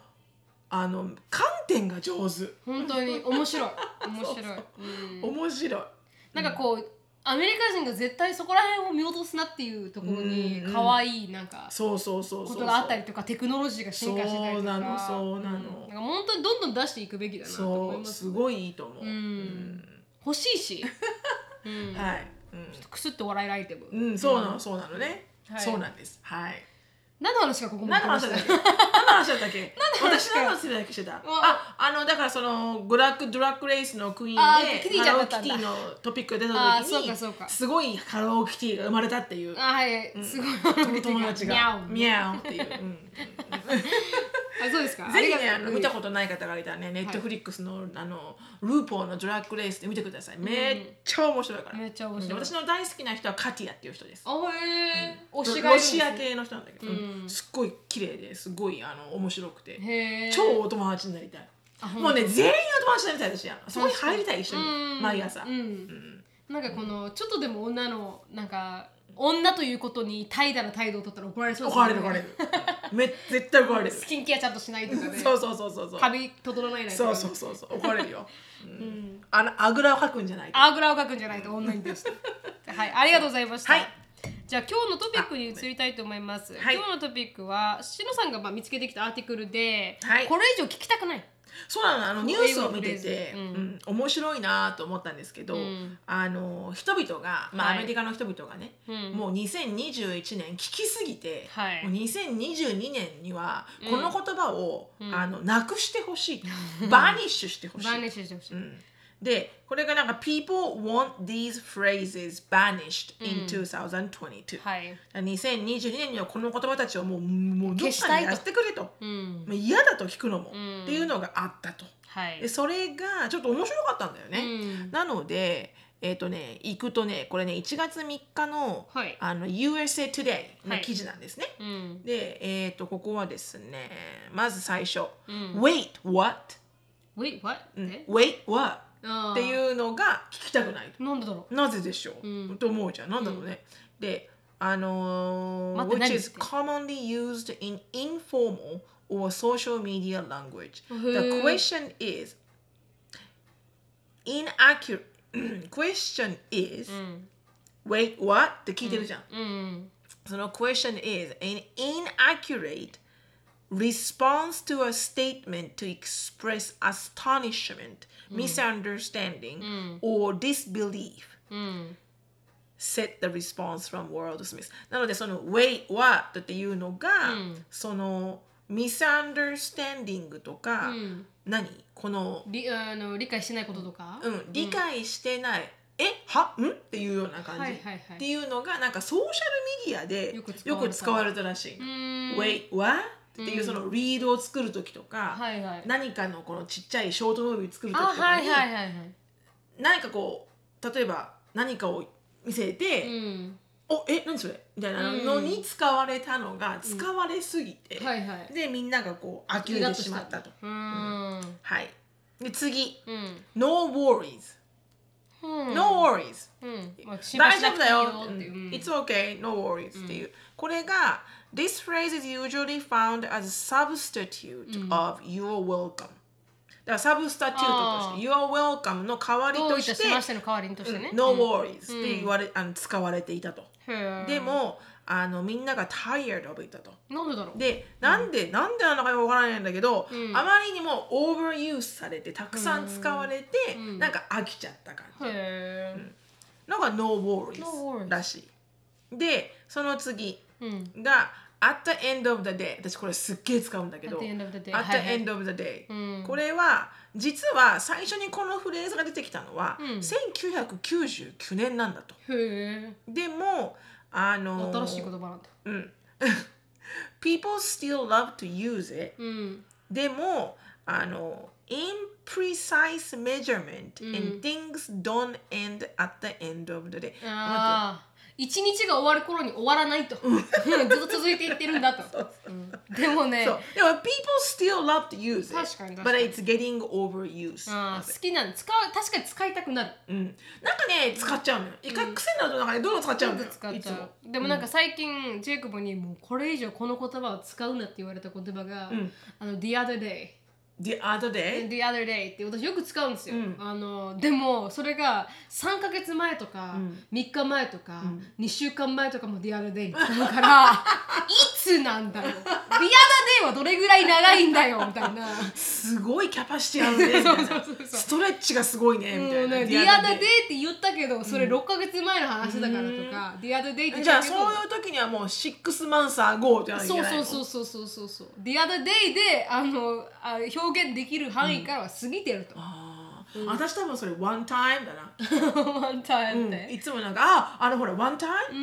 あの観点が上手、本当に面白い面白いうん面白いなんかこうアメリカ人が絶対そこら辺を見落とすなっていうところにうんうん可愛いなんかそうそうそうこそうとがあったりとかテクノロジーが進化してたりとかそうなのそうなのんなんか本当にどんどん出していくべきだなと思いそまうすすごいいいと思う、うん欲しいし、うんうん はい、うんちょっとくすっと笑えるアイテム、うん、そうなの、そうなのね。はいそうなんです。はい。何の話かここま何での話だっけ？何の話だった っけ？の話私何の話だっけしてた？んあ、あのだからそのグラックドラッグレースのクイーンであハーキティちゃんロだっーキたんだティのトピックが出あたー時そうにかそうかすごいハローキティが生まれたっていうあ。はい、すごい友達が ミミャャオっていう。うんオあそうですかぜひありねがあとうの見たことない方がいたらね、ネットフリックスのあのルーポーのドラッグレースで見てください。めっちゃ面白いから。めっちゃ面白い私の大好きな人はカティアっていう人です。あへえ、推しがいるんロですシねア系の人なんだけど、うんすっごい綺麗ですごいあの面白くてへえ超お友達になりたいあほんともうね全員お友達になりたい私あのそこに入りたい一緒にうん毎朝、うんうんなんかこのちょっとでも女のなんか女ということに怠惰な態度を取ったら怒られそうです怒られる怒られるめ絶対 怒られるスキンケアちゃんとしないとかねそうそうそうそうそう髪整えないとそかうそうそうそう怒られるよ、うんあのあぐらをかくんじゃないとあぐらをかくんじゃないと女に対してはいありがとうございました、はいじゃあ今日のトピックに移りたいと思います、はい今日のトピックはしのさんがまあ見つけてきたアーティクルで、はいこれ以上聞きたくないそうなのあのニュースを見て英て、語のフレーズうん面白いなと思ったんですけど、うんあの人々が、まあはいアメリカの人々がね、うんもう2021年聞きすぎて、はいもう2022年にはうんこの言葉を、うんあのなくしてほしい、 バニッシュしてほしい。バーネッシュしてほしい、うんでこれがなんか「People want these phrases banished in 2022」はい、 2022年にはこの言葉たちをもうもうど消っしたかいにとやってくれとうんもう嫌だと聞くのも、うんっていうのがあったと。はいでそれがちょっと面白かったんだようね。んなのでえっ、とね行くとねこれね1月3日の,、はいあの USA Today はのい記事なんですね。うんでえっ、とここはですねまず最初「うん Wait what?、 Wait what? うんえ Wait what?」あってういうのが聞きたくない。なんでだろうなぜでしょう、うんと思うじゃん。なんだろうね。で、あのー待って which 何 is commonly used in informal or social media language. へ The ー question is inaccurate. question is、ん wait what って聞いてるじゃ Mm. ん。うんその question is an inaccurate response to a statement to express astonishment, Mm. misunderstanding, or disbelief. うん、 set the response from World Smith なのでその Wait what っていうのが、うんその misunderstanding とか、うん何この、りあの理解してないこととか、うん、理解してない、えはんっていうような感じ、はいはいはいっていうのがなんかソーシャルメディアでよく使よわれたく使われたらしい、うーん Wait what? っていうそのリードを作る時とか、はいはい何かのこのちっちゃいショートムービー作るあ時とかに、はいはいはいはい何かこう例えば何かを見せて、うんおえ何それみたいなのに使われたのが使われすぎて、はいはいでみんながこう呆れてしまったと。うーんはい、で次うん「No worries」うん No worries」うんまあ心配大し丈な夫くていいってだよ、いううん It's okay, no worries っていう、これが This phrase is usually found as a substitute of you're welcome だからサブスタチュートとして You're welcome の代わりどうといたししてましての代わりにとしてね、 No worries って言われ、あの使われていたと、へーでもあのみんなが tired of it だとなんでだろうでなんで、なんでなのかよくわからないんだけど、あまりにもオーバーユースされてたくさん使われて、なんか飽きちゃった感じ、へーのが No No worries worries らしいでその次うんが At the end of the day 私これすっげえ使うんだけど At the end of the day At はい the はい end of the day うんこれは実は最初にこのフレーズが出てきたのは、うん1999年なんだとへえでもあの新しい言葉なんだうん People still love to use it うんでもあの imprecise measurement、and things don't end at the end of the day ああ一日が終わる頃に終わらないと ずっと続いていってるんだとうんでもねそうでも people still love to use it 確かに確 but かに it's getting overused あー好きなの使う確かに使いたくなるうん、なんかね使っちゃうのよ一回癖になるとなんかねどんどん使っちゃうのよ使っいちつゃもうでもなんか最近ジェイコブにもうこれ以上この言葉を使うなって言われた言葉が、んあの The other day The other day? The other day って私よく使うんですよ、あのでもそれが3ヶ月前とか、3日前とか、2週間前とかも The other day に使うから いつなんだよ The other day はどれぐらい長いんだよみたいな。すごいキャパシテ ィあるね。みたいなそうそうそうそうストレッチがすごいね。みたういんな。ね The The other other day day って言ったけどそれ6ヶ月前の話だからとか、The other day って言っじゃたあけそどういう時にはもう6 months ago じゃないそうそうう。そうそうそうそうそう The other day であのあ表現できる範囲からは過ぎてると、あー私多分それ one time だな。 one time って、いつもなんか、あ、あのほら one time? う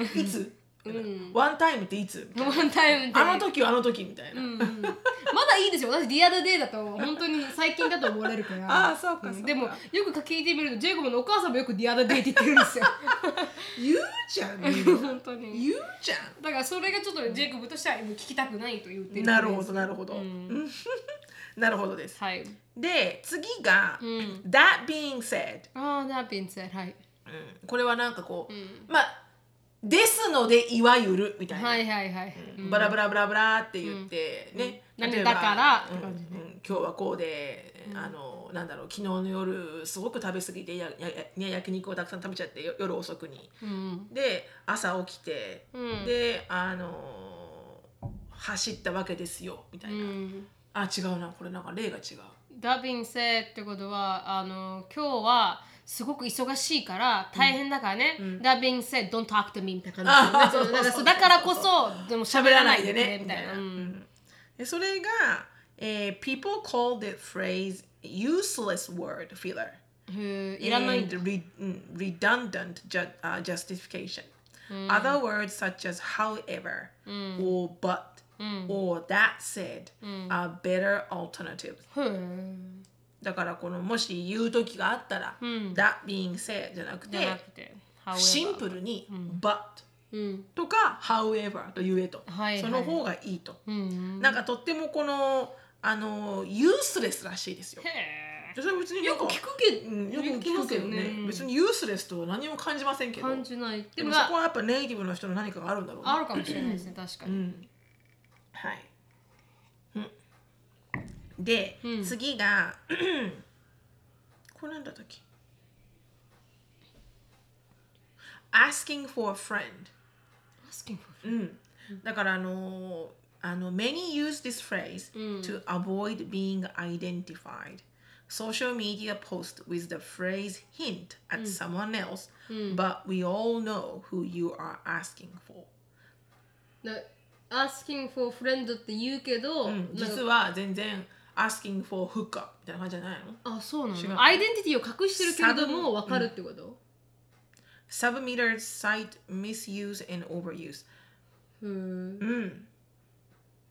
んいつ ?one time っていつワンタイムで。あの時はあの時みたいな。うんうんまだいいですよ。私、ディアドデイだと、本当に最近だと思われるから。 あーそうかそうかでも、よく聞いてみると、ジェイコブのお母さんもよくディアドデイって言ってるんです よ。言うじゃん。みんな本当に。言うじゃ ん。だから、それがちょっとジェイコブとしては、もう聞きたくないと言ってる。なるほど。なるほど、う なるほどですはい。で次が、ん That being said、ああ、that being said, はい。うんこれはなんかこう、んまあですのでいわゆるみたいな、はいはいはい。バラバラバラバラって言って、ねなんで例えばだからうんうん今日はこうで、あのなんだろう昨日の夜すごく食べ過ぎてやややね、焼肉をたくさん食べちゃってよ夜遅くにうん。で朝起きて、うんであの走ったわけですよみたいうな、ん。あ違うなこれなんか例が違う that being said ってことは、あの、今日は、すごく忙しいから大変だからね。That being said, don't talk to me みたいな感あじそうそうだからそうそうだからこそ、でも喋らないでね、みみたたいいな。な、うんでそれが、えー people call the phrase useless word filler へえいらないん and だ。 re- うん redundant ju- uh, justification other words such as however or but or that said are better alternatives へえだからこのもし言う時があったら、that being said じゃなくてじゃなくて、however シンプルに、but うん。とか however と言えと、はいはいその方がいいと、うん。なんかとってもこのあのユースレスらしいですよへ。えそれは別になよんかく聞くけど、うん、よく聞くけどねうん別にユースレスとは何も感じませんけど感じない。ででももそこまあ、はやっぱネイティブの人の何かがあるんだろうねあるかもしれないですね、確かに。はい、うん、で、次が これなんだったっけ asking for a friend asking for うん、だからあのーあの many use this phrase to avoid being identified social media post with the phrase hint at someone else but we all know who you are asking for な asking for friend って言うけど、なんか Mm, 実は全然 asking for hookup みたいな感じじゃないのあ、そうな違うのアイデンティティを隠してるけれどサブも、わかるってこと、 submitters cite misuse and overuse Mm. へえ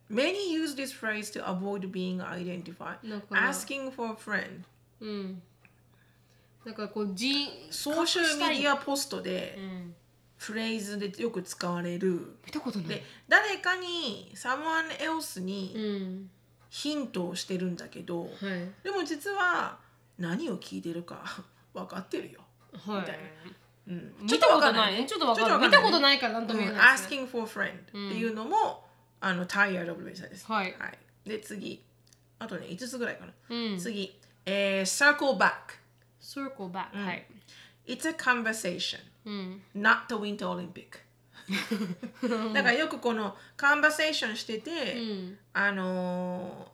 many use this phrase to avoid being identified だから asking for a friend うん。なんかこう、じソーシャルメディアポストでんフレーズでよく使われる、見たことなでい。誰かに someone else うにん。ヒントをしてるんだけど、はい。はい。でも実は何を聞いてるか分かってるよ、みたいうん、見たことないい。ちょっとわかちょる。っと見わかんないたことないからなんとも言えないですね。 asking for a friend っていうのも、あの tired of でしたです、はいで次あとね5つぐらいかな、うん。次、えー、circle back circle back、はい。 it's a conversation うん。 not the Winter Olympic だからよくこのカンバセーションしてて、うん。あの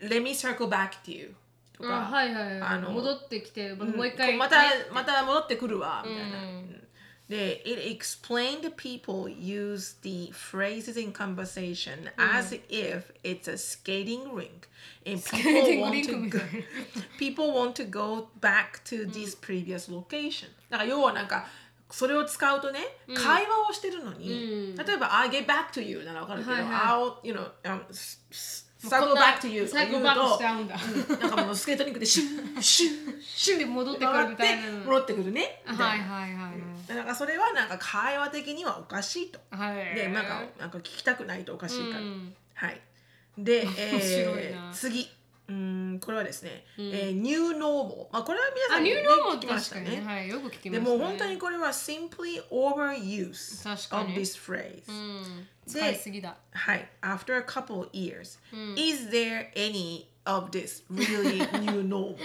ー、Let me circle back っていうとあ、か、はいはいはい。あの戻ってきて、もうんう一回。またまた戻ってくるわみたいな。うんうんで、It explained people use the phrases in conversation Mm. as if it's a skating rink and people Skating want rink to み go たいな people want to go back to this previous location だから要はなんかそれを使うとね、会話をしてるのに、例えば I get back to you ならわかるけど、はいは I'll you know um, s- s- こん circle な back to you とか言うと circle back しちゃうんだうんなんかもうスケートリンクでシュンシュンシュンで戻 ってくるみたいな回って戻ってくるねみたはいいなはいはなんかそれはなんか会話的にはおかしいといはい。でなんかなんか聞きたくないとおかしいから、うんはい で、白いえなー、次うんこれはですね、えー、ニューノーマルまあこれは皆あ、さんニにュねーローも聞きまし確かたにね。ねはい。よく聞きましでたね。も本当にこれは simply overuse 確か of に this phrase、うん。使いすぎだ。はい after a couple years、is there any of this really new normal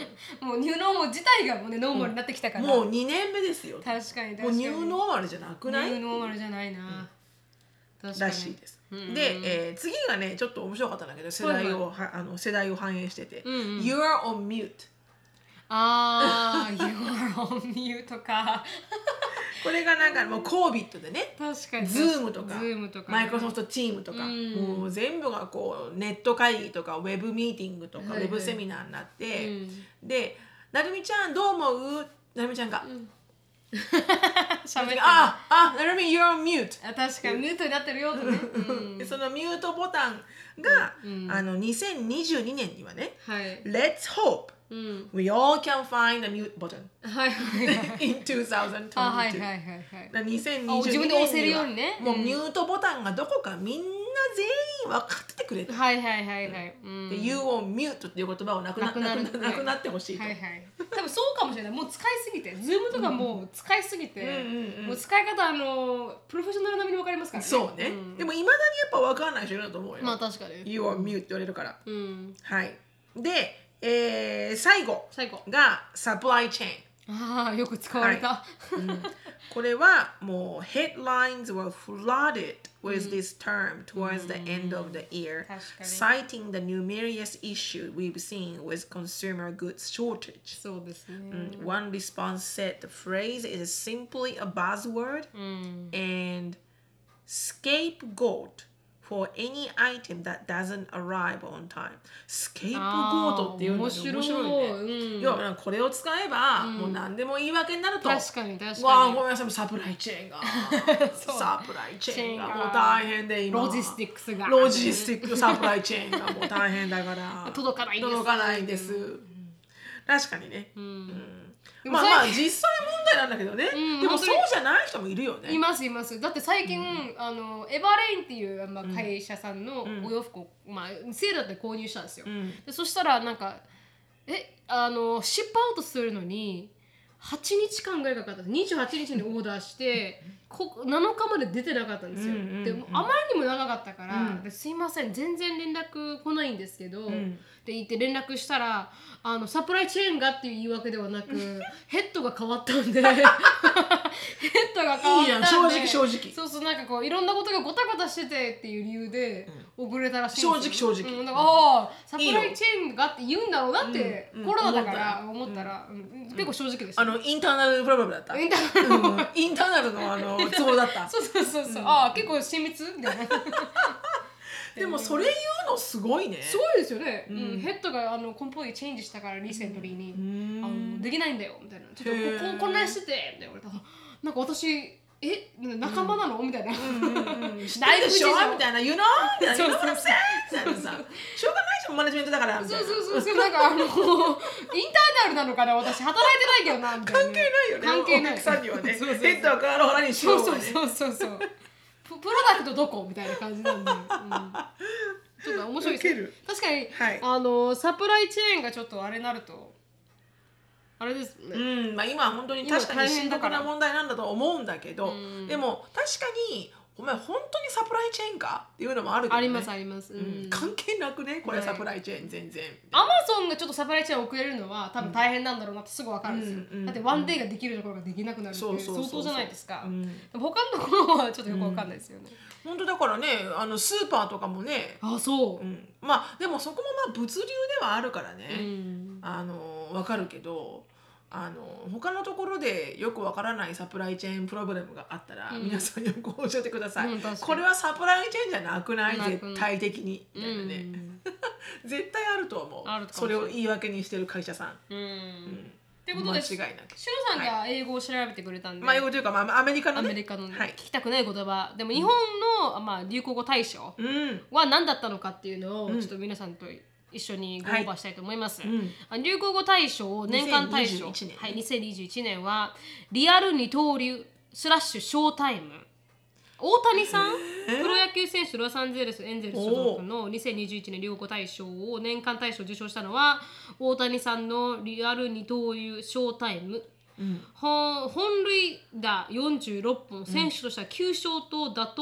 もうニューノーマル自体がもうねノーマルになってきたから、もう2年目ですよ確かに確かにもうニューノーマルじゃなくないニューノーマルじゃないな、確からにしいでうす。んで、えー次がねちょっと面白かったんだけど世代を、はあの世代を反映してて「うんうん You are on mute ああ You are on mute とか」これがなんかもう COVID でね確かに Zoom とか Zoom とかマイクロソフトチームとか、うんもう全部がこうネット会議とかウェブミーティングとか、はいはいウェブセミナーになって、うんで「なるみちゃんどう思う?」なるみちゃんが「 喋ってるあああなるみ You're on mute」確かにミュートになってるよとね、うんでそのミュートボタンが、うんあの2022年にはねはい「Let's hope うん we all can find a mute button はいはいはい in 2022」 あはいはいはいはいだから2022あ自分で押せるようにね年はもううんミュートボタンがどこかみんな全員分かっててく れた。はいはいはいはい、うんで You on mute っていう言葉をなくななくなるなくななくなってほしいと。はいはい多分そうかもしれないもう使いすぎて Zoom とかもう使いすぎて、うんうんうんもう使い方あのプロフェッショナル並みに分かりますからねそうね。んでもいまだにやっぱ分からない人いるんだと思うよ。まあ確かに You on mute って言われるから。うんはい。で、えー最後最後がサプライチェーン。ああよく使われた、これはもう headlines were flooded with this term towards the end of the year, Mm. 確かに citing the numerous issue we've seen with consumer goods shortage. そうですね One response said the phrase is simply a buzzword うん and scapegoat for any item that doesn't arrive on time. あ scapegoat ーってい面うのが面白い白いね。うん要はなんかこれを使えば、もう何でも言い訳になると。確かに確わあかごにめんなさいもうサプライチェーンが そうサプライチェーンチェーがンがもう大変で今ロジスティックスがロジスティックサプライチェーンがもう大変だか ら届かないんです届かないんです、確かにね、でもまあ最まあ近実際問題なんだけどね、うんでも本そ当うにじゃない人もいるよねいますいますだって最近、あのエヴァレインっていう、まあ、会社さんのお洋服を、まあ、セールだって購入したんですよ、んでそしたらなんかえあのシップアウトするのに8日間ぐらいかかった28日にオーダーしてこ7日まで出てなかったんですよ、うんうんうんであまりにも長かったから、うんですいません全然連絡来ないんですけど、んって言って連絡したらあのサプライチェーンがっていう言い訳ではなく ヘッドが変わったんでヘッドが変わったんでいいやん正直正直そうそうなんかこういろんなことがごたごたしててっていう理由で遅れたらしいんです正直正直うんなんかああサプライチェーンがって言うんだろうなって、うんうんコロナだから思ったら、うん結構正直でしたあのインターナルプロブレムだった、インターナルうんインターナルのあの都合だった そうそうそうそう、ああ結構親密み たいなでもそれ言うのすごいねすごいですよね、うんうんヘッドがあのコンポーでチェンジしたからリセントリーに、うんあのできないんだよみたいなちょっへーとここ混乱しててみたいな言われたらなんか私え仲間なの、みたいな、大丈夫でしょ内部事情みたいな、言うのみたいな、言うのさ、みたいなさ、しょうがないじゃん、マネジメントだから、みたいそな。うそうそうそうなんかあのインターナルなのかな私働いてないけどなみたいな関係ないよね、関係ないお客さんにはね、そうそうそうヘッドは変わる腹にしよそううはそうねそうそうそうププロダクトどこみたいな感じなんで、うん、ちょっと面白いですウケねる確かに、はいあのサプライチェーンがちょっとあれになるとあれですね、うん、まあ今は本当に今確かに大深変だか刻らな問題なんだと思うんだけど、うんでも確かに、お前本当にサプライチェーンかっていうのもあるけど、ね。ありますあります、ううんん関係なくね、これはいサプライチェーン全然。アマゾンがちょっとサプライチェーン遅れるのは多分大変なんだろうなってすぐ分かるんですよ、うんうんだってワンデーができるところができなくなるってそういうそう相そうそう当じゃないですか、うんでも他のところはちょっとよく分かんないですよね、本当だからね、あのスーパーとかもね、あそうう、ん、まあでもそこもまあ物流ではあるからね。うんあのわかるけどあの他のところでよくわからないサプライチェーンプロブレムがあったら、うん皆さんよく教えてください、うん確かにこれはサプライチェーンじゃなくないなく絶対的にみたいなね、絶対あると思うあるかもしそれれないを言い訳にしてる会社さん、うんうんうんってこと間で違すいなく、シュロさんが英語を調べてくれたんで、まあ英語というか、まあ、アメリカのアねメリカのね、はい聞きたくない言葉でも日本の、まあ、流行語大賞うんは何だったのかっていうのを、うんちょっと皆さんと一緒にごオーバーしたいと思います、うんあ流行語大賞年間大賞2021年はい、2021年はリアル二刀流スラッシュショータイム大谷さんプロ野球選手ロサンゼルスエンゼルス所属の2021年流行語大賞を年間大賞を受賞したのは大谷さんのリアル二刀流ショータイムうんほん本塁打46本選手としては9勝と打倒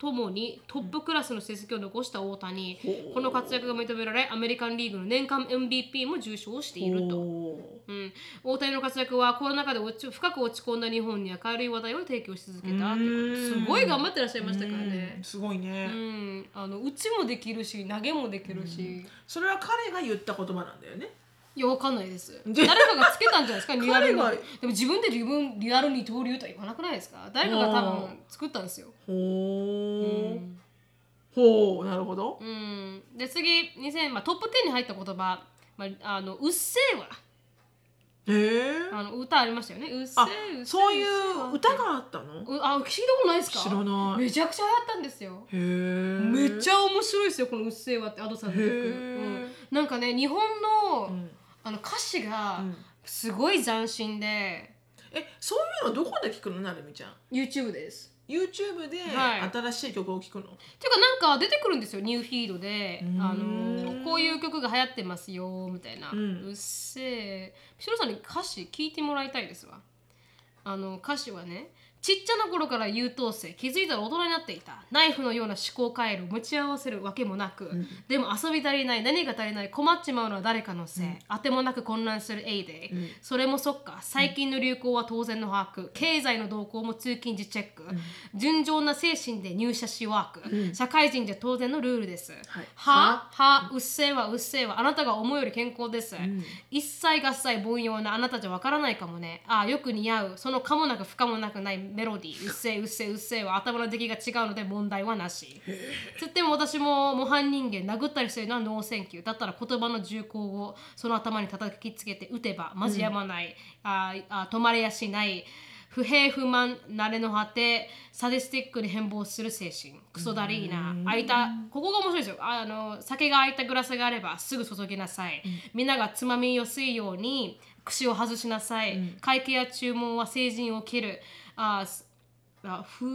ともにトップクラスの成績を残した大谷、この活躍が認められアメリカンリーグの年間 MVP も受賞していると。おうん、大谷の活躍はコロナ禍で落ち深く落ち込んだ日本に明るい話題を提供し続けたっていうことうんすごい頑張ってらっしゃいましたからーうねん。すごいうね、ん、あの打ちもできるし投げもできるし、それは彼が言った言葉なんだよねいやわかんない ですで誰かがつけたんじゃないですかリアルに彼がでも自分で自分リアル二刀流とは言わなくないですか誰かが多あー分作ったんですよ、ほうー、んほうなるほどうん、で次2000、まあ、トップ10に入った言葉「まあ、あのうっせえわへえ」あの歌ありましたよね「うっせあえうっせえそういっううせ歌えわがあったのうあ聞いたことないですか知らないへめちゃくちゃ流行ったんですよえめっちゃゃ面白いですよこの「うっせえわ」ってアドさんの曲、うんなんかね日本の,、うんあの歌詞がうんすごい斬新でえそういうのどこで聞くのなるみちゃん YouTube です。 YouTube ではい新しい曲を聞くの、ていうかなんか出てくるんですよニューフィードでうーんあのこういう曲が流行ってますよみたいな、ううんっせえピシロさんに歌詞聞いてもらいたいですわあの歌詞はねちっちゃな頃から優等生気づいたら大人になっていたナイフのような思考回路を持ち合わせるわけもなく、んでも遊び足りない何が足りない困っちまうのは誰かのせい、うん当てもなく混乱するエイデイ、うんそれもそっか最近の流行は当然の把握経済の動向も通勤時チェック、純情な精神で入社しワーク、うん社会人じゃ当然のルールです、はいははうっせえわうっせえわあなたが思うより健康です、ん一切合切凡庸なあなたじゃわからないかもねああよく似合うそのかもなく不可もなくないメロディーうっせえうっせえうっせえは頭の出来が違うので問題はなしつっても私も模範人間殴ったりするのはノーセンキューだったら言葉の重厚をその頭に叩きつけて打てばマジやまない、あーあー止まれやしない不平不満慣れの果てサディスティックに変貌する精神クソだりーな空いたここが面白いですよああの酒が空いたグラスがあればすぐ注ぎなさい、みんながつまみやすいように串を外しなさい、会計や注文は成人を切るあーすあ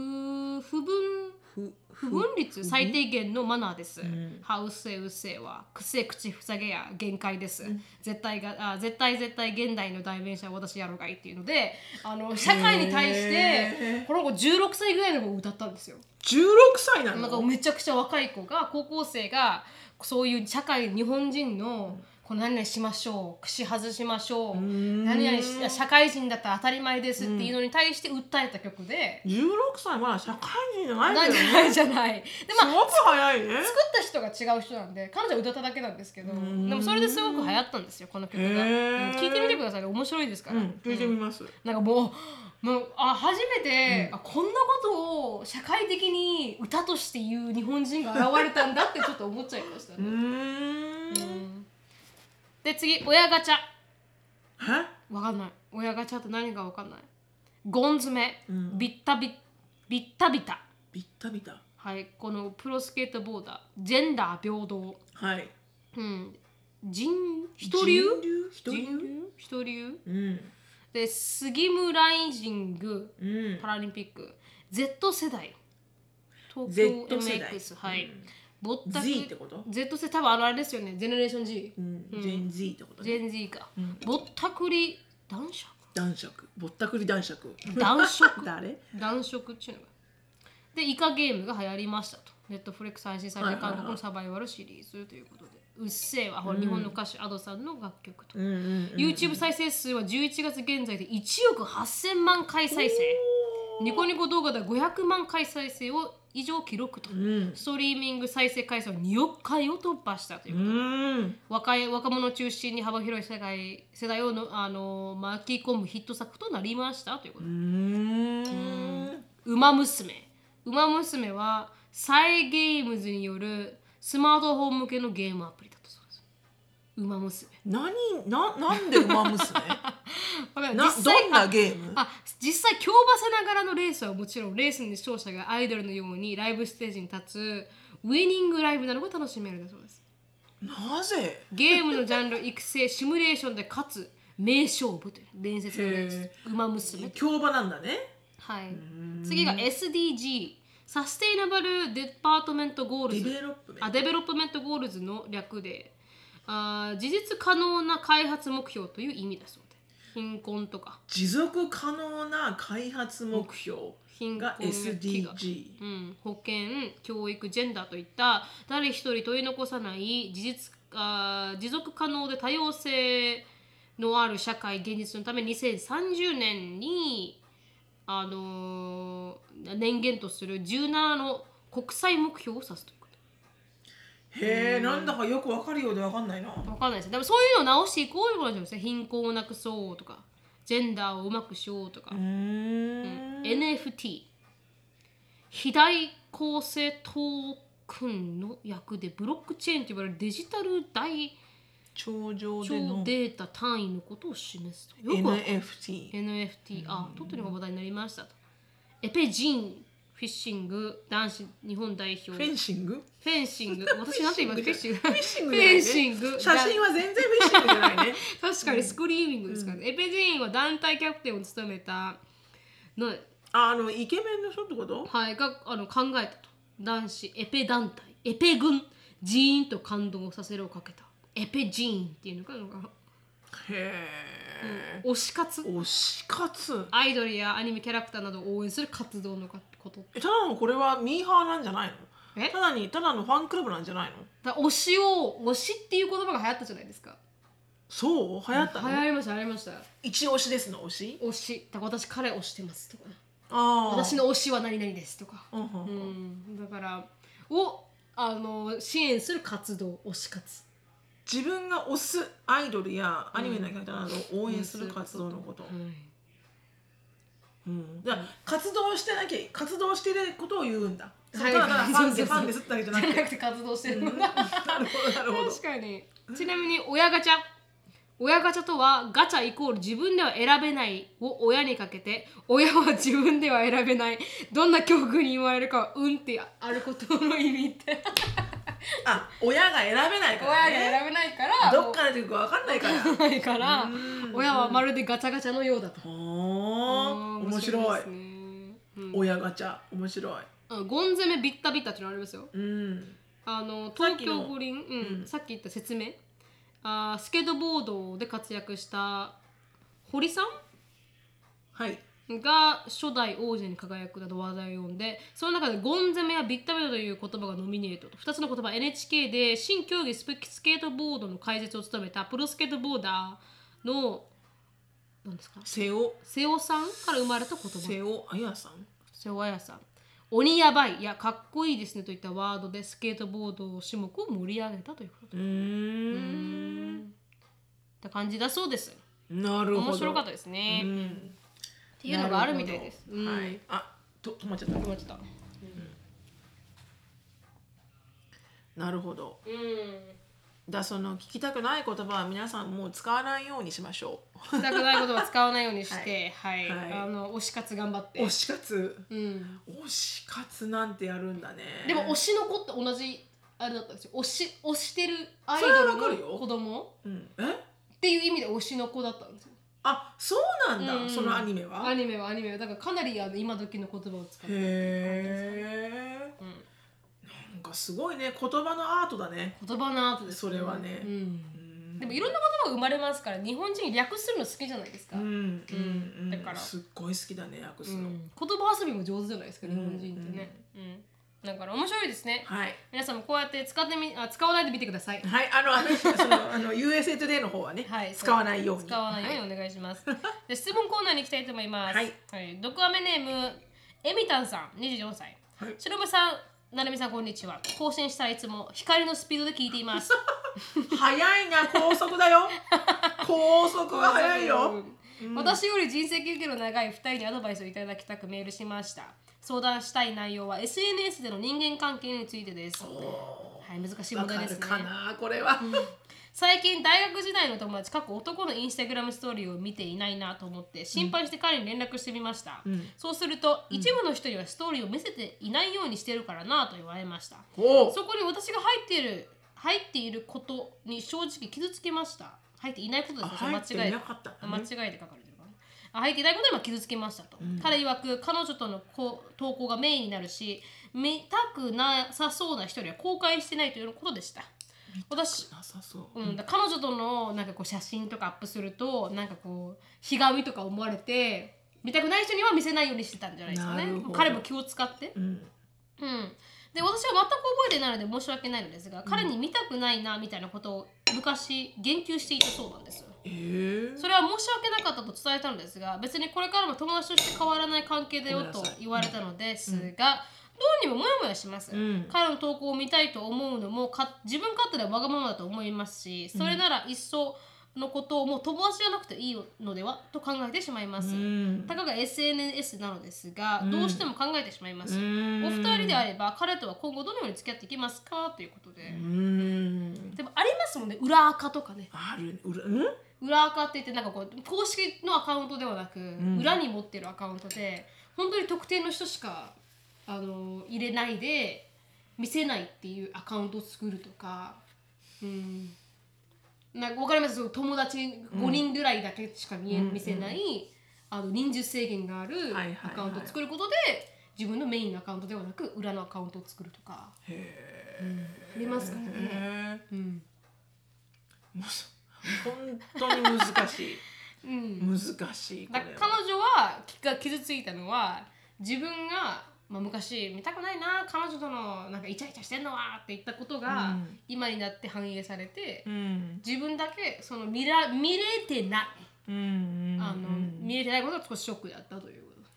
不不分ふ不分率最低限のマナーです。んはうっせえうっせえは、くせえ口ふさげや限界です。絶対があ絶対絶対現代の代弁者は私やろがいっていうので、あの社会に対してへーこの子16歳ぐらいの子を歌ったんですよ。 16歳ななんかのめちゃくちゃ若い子が高校生がそういう社会日本人のこう何々しましょう串外しましょう何々し社会人だったら当たり前ですっていうのに対して訴えた曲で。 16歳まだ社会人じゃないんだなよんじねゃないじゃない。でまあすごく早いね作った人が違う人なんで彼女は歌っただけなんですけどでんもそれですごく流行ったんですよこの曲が、へーうん聞いてみてくださいね面白いですかうら、ん聞いてみます、なんかもうもうあ初めて、あこんなことを社会的に歌として言う日本人が現れたんだってちょっと思っちゃいましたうーね、んうんで次親ガチャえわかんない親ガチャって何かわかんないゴン詰め、うんビッタビビッタビタビッタビタはいこのプロスケートボーダージェンダー平等はいうん、人一流人流人流人流一流うんで杉村ライジングうんパラリンピック Z 世代東 Z 京世代 MX はい、ぼったく Z ってこと Z 世代多分あのあれですよねジェネレーション G うんジェン Z ってことジねェン Z か、ぼったくり男爵男爵ぼったくり男爵男色 誰男色っていうのがでイカゲームが流行りましたとネットフレックス配信されはいたはいはい韓国のサバイバルシリーズということで「うっせえわ」ほら日本の歌手 Ado さんの楽曲とうんうんうん YouTube 再生数は11月現在で1億8000万回再生ニコニコ動画では500万回再生を以上記録と、うんストリーミング再生回数は2億回を突破したというう、ん若い若者を中心に幅広い世界世代をのあの巻き込むヒット作となりましたというこうと、んウマ娘ウマ娘はサイゲームズによるスマートフォン向けのゲームアプリだとそうですウマ娘何ななんで馬 娘な実際どんなゲームあ実際競馬せながらのレースはもちろんレースに勝者がアイドルのようにライブステージに立つウィニングライブなどが楽しめるんだそうですなぜゲームのジャンル育成シミュレーションで勝つ名勝負という伝説のレーへス馬娘競馬なんだねはい次が SDG サステイナブルデパートメントゴールデズベロップメントあデベロップメントゴールズの略であー事実可能な開発目標という意味だそうで貧困とか持続可能な開発目標貧困がや飢餓 SDG うん、保健教育ジェンダーといった誰一人取り残さない事実あー持続可能で多様性のある社会現実のため2030年に、あのー年限とする17の国際目標を指すというこへえなんだかよくわかるようでわかんないなとわかんないですでもそういうのを直していこういうことなんですね貧困をなくそうとかジェンダーをうまくしようとか、うーん NFT 肥大構成トークンの役でブロックチェーンと呼ばれるデジタル大頂上超でのデータ単位のことを示すとよくわかる NFT NFT あトットにが話題になりましたとエペジーンフィッシング男子日本代表フフェェンシングンシング私なんて今フフィッェンシンシンググフフェンェンシシンンググフだェンシンよねグ写真は全然フェンシングじゃ ないね確かにスクリーミングですからね、エペジーンは団体キャプテンを務めたのあのイケメンの人ってことはい、があの考えたと男子エペ団体エペ軍ジーンと感動させるをかけたエペジーンっていうのかなへえ、推し活推し活アイドルやアニメキャラクターなどを応援する活動のことえただのこれはミーハーなんじゃないのえただにただのファンクラブなんじゃないのだ推しを推しっていう言葉が流行ったじゃないですかそう流行った流行りのました流行りました一押しですの推し推しだから私彼推してますとかああ私のの推しは何々ですとかうんうんううんんだからをあの支援する活動推し活自分が推すアイドルやアニメのキャラクターなどを応援する活動のこと、はいうん、だから活動してなきゃ活動してることを言うんだ、そはういただただファそうそンでうそうファンですってわけじゃなじゃくなて くて活動してるうんなるほどなるほ ど確かにちなみに親ガチャ親ガチャとはガチャイコール自分では選べないを親にかけて親は自分では選べないどんな境遇に言われるかは運ってあることの意味って あ親が選べないから、ね、べないからどっから出てくるか分かんないかららないからうん親はまるでガチャガチャのようだとおー面白いですねうん親ガチャ面白いあゴン攻めビッタビッタっていうのありますようんあのさっ東きの京五輪、うんうんさっき言った説明あースケートボードで活躍した堀さんはいが初代王者に輝くなど話題を呼んでその中でゴン攻めやビッタビタという言葉がノミネート2つの言葉は NHK で新競技スペスケートボードの解説を務めたプロスケートボーダーの何ですか瀬尾瀬尾さんから生まれた言葉瀬尾彩さん瀬尾彩さん「鬼やばい」や「かっこいいですね」といったワードでスケートボード種目を盛り上げたということうーうーんんって感じだそうですなるほど面白かったっですね、うっん、ていうのがあるみたいです、なるほどはいあと止まっちゃったうん、ちょっとなるほどうんだその聞きたくない言葉は皆さんもう使わないようにしましょ聞きたくないことは使わないようにして、はい、はいあの推し活頑張っうて。推し活うん。推し活なんてやるんだねでも推し、しの子って同じあれだったんですよ。推し推してるアイドルそれはわかるのよ子供うん、えっていう意味で推しの子だったんですよ。あそうなんだ、うんそのアニメはアニメはアニメはだからかなりあの今時の言葉を使って。へえうんなんかすごいね言葉のアートだね言葉のアートです、それはねう。うんんでもいろんな言葉が生まれますから、日本人略するの好きじゃないですか。うんうんうんだからすっごい好きだね訳すうの、ん言葉遊びも上手じゃないですか、うん日本人ってね。うん。だから面白いですね。はい皆さんもこうやって使ってみあ使わないでみてください。はいあのあのそのあの USA Today の方はね、はい使わないように使わないようにお願いし ます。で質問コーナーに行きたいと思います。はい。毒アメネームエミタンさん、24歳。はいしのぶさん、なるみさんこんにちは。更新したらいつも光のスピードで聞いてい ます。早いな高速だよ高速が早いよ。私より人生経験の長い2人にアドバイスをいただきたくメールしました。相談したい内容は SNS での人間関係についてです。はい、難しいわ問か題でするね。かなこれは、最近大学時代の友達過去男のインスタグラムストーリーを見ていないなと思って心配して彼に連絡してみました、んそうすると、一部の人にはストーリーを見せていないようにしてるからなと言われましたおうそこに私が入っている入っていることに正直傷つきました入っていないことですね入って間違いいなかったんだね間違えて書かれてるかなあ入っていないことにも傷つきましたと、彼曰く彼女とのこう投稿がメインになるし見たくなさそうな人には公開してないということでした私なさそう。うん、だ彼女とのなんかこう写真とかアップするとなんかこうひがみとか思われて見たくない人には見せないようにしてたんじゃないですかねなるほど彼も気を使って、うん。うん、で私は全く覚えてないので申し訳ないのですが彼に見たくないなみたいなことを昔言及していたそうなんですよえー、それは申し訳なかったと伝えたのですが別にこれからも友達として変わらない関係だよと言われたのですが、どうにもモヤモヤします、うん彼の投稿を見たいと思うのもか自分勝手でわがままだと思いますしそれならいっそのことをもう友達じゃなくていいのではと考えてしまいます、うんたかが SNS なのですが、んどうしても考えてしまいます、おお二人であれば彼とは今後どのように付き合っていきますかということで、うんでもありますもんね裏垢とかねあるうらうん裏垢って言ってなんかこう公式のアカウントではなく、ん裏に持ってるアカウントで本当に特定の人しかあの入れないで見せないっていうアカウントを作るとかうんなんか分かりますその友達5人ぐらいだけしか見,、えうん見せない、あの人数制限があるいはいはいアカウントを作ることで、自分のメインのアカウントではなく裏のアカウントを作るとかへありますからね。えうんもうそ本当に難しいうん難しいこだれからは彼女はきが傷ついたのは自分が、まあ、昔見たくないな彼女とのなんかイチャイチャしてんのはって言ったことが、うん今になって反映されて、うん自分だけその見ら見れてない、うんうんあのうん見れてないことが少しショックだったということ。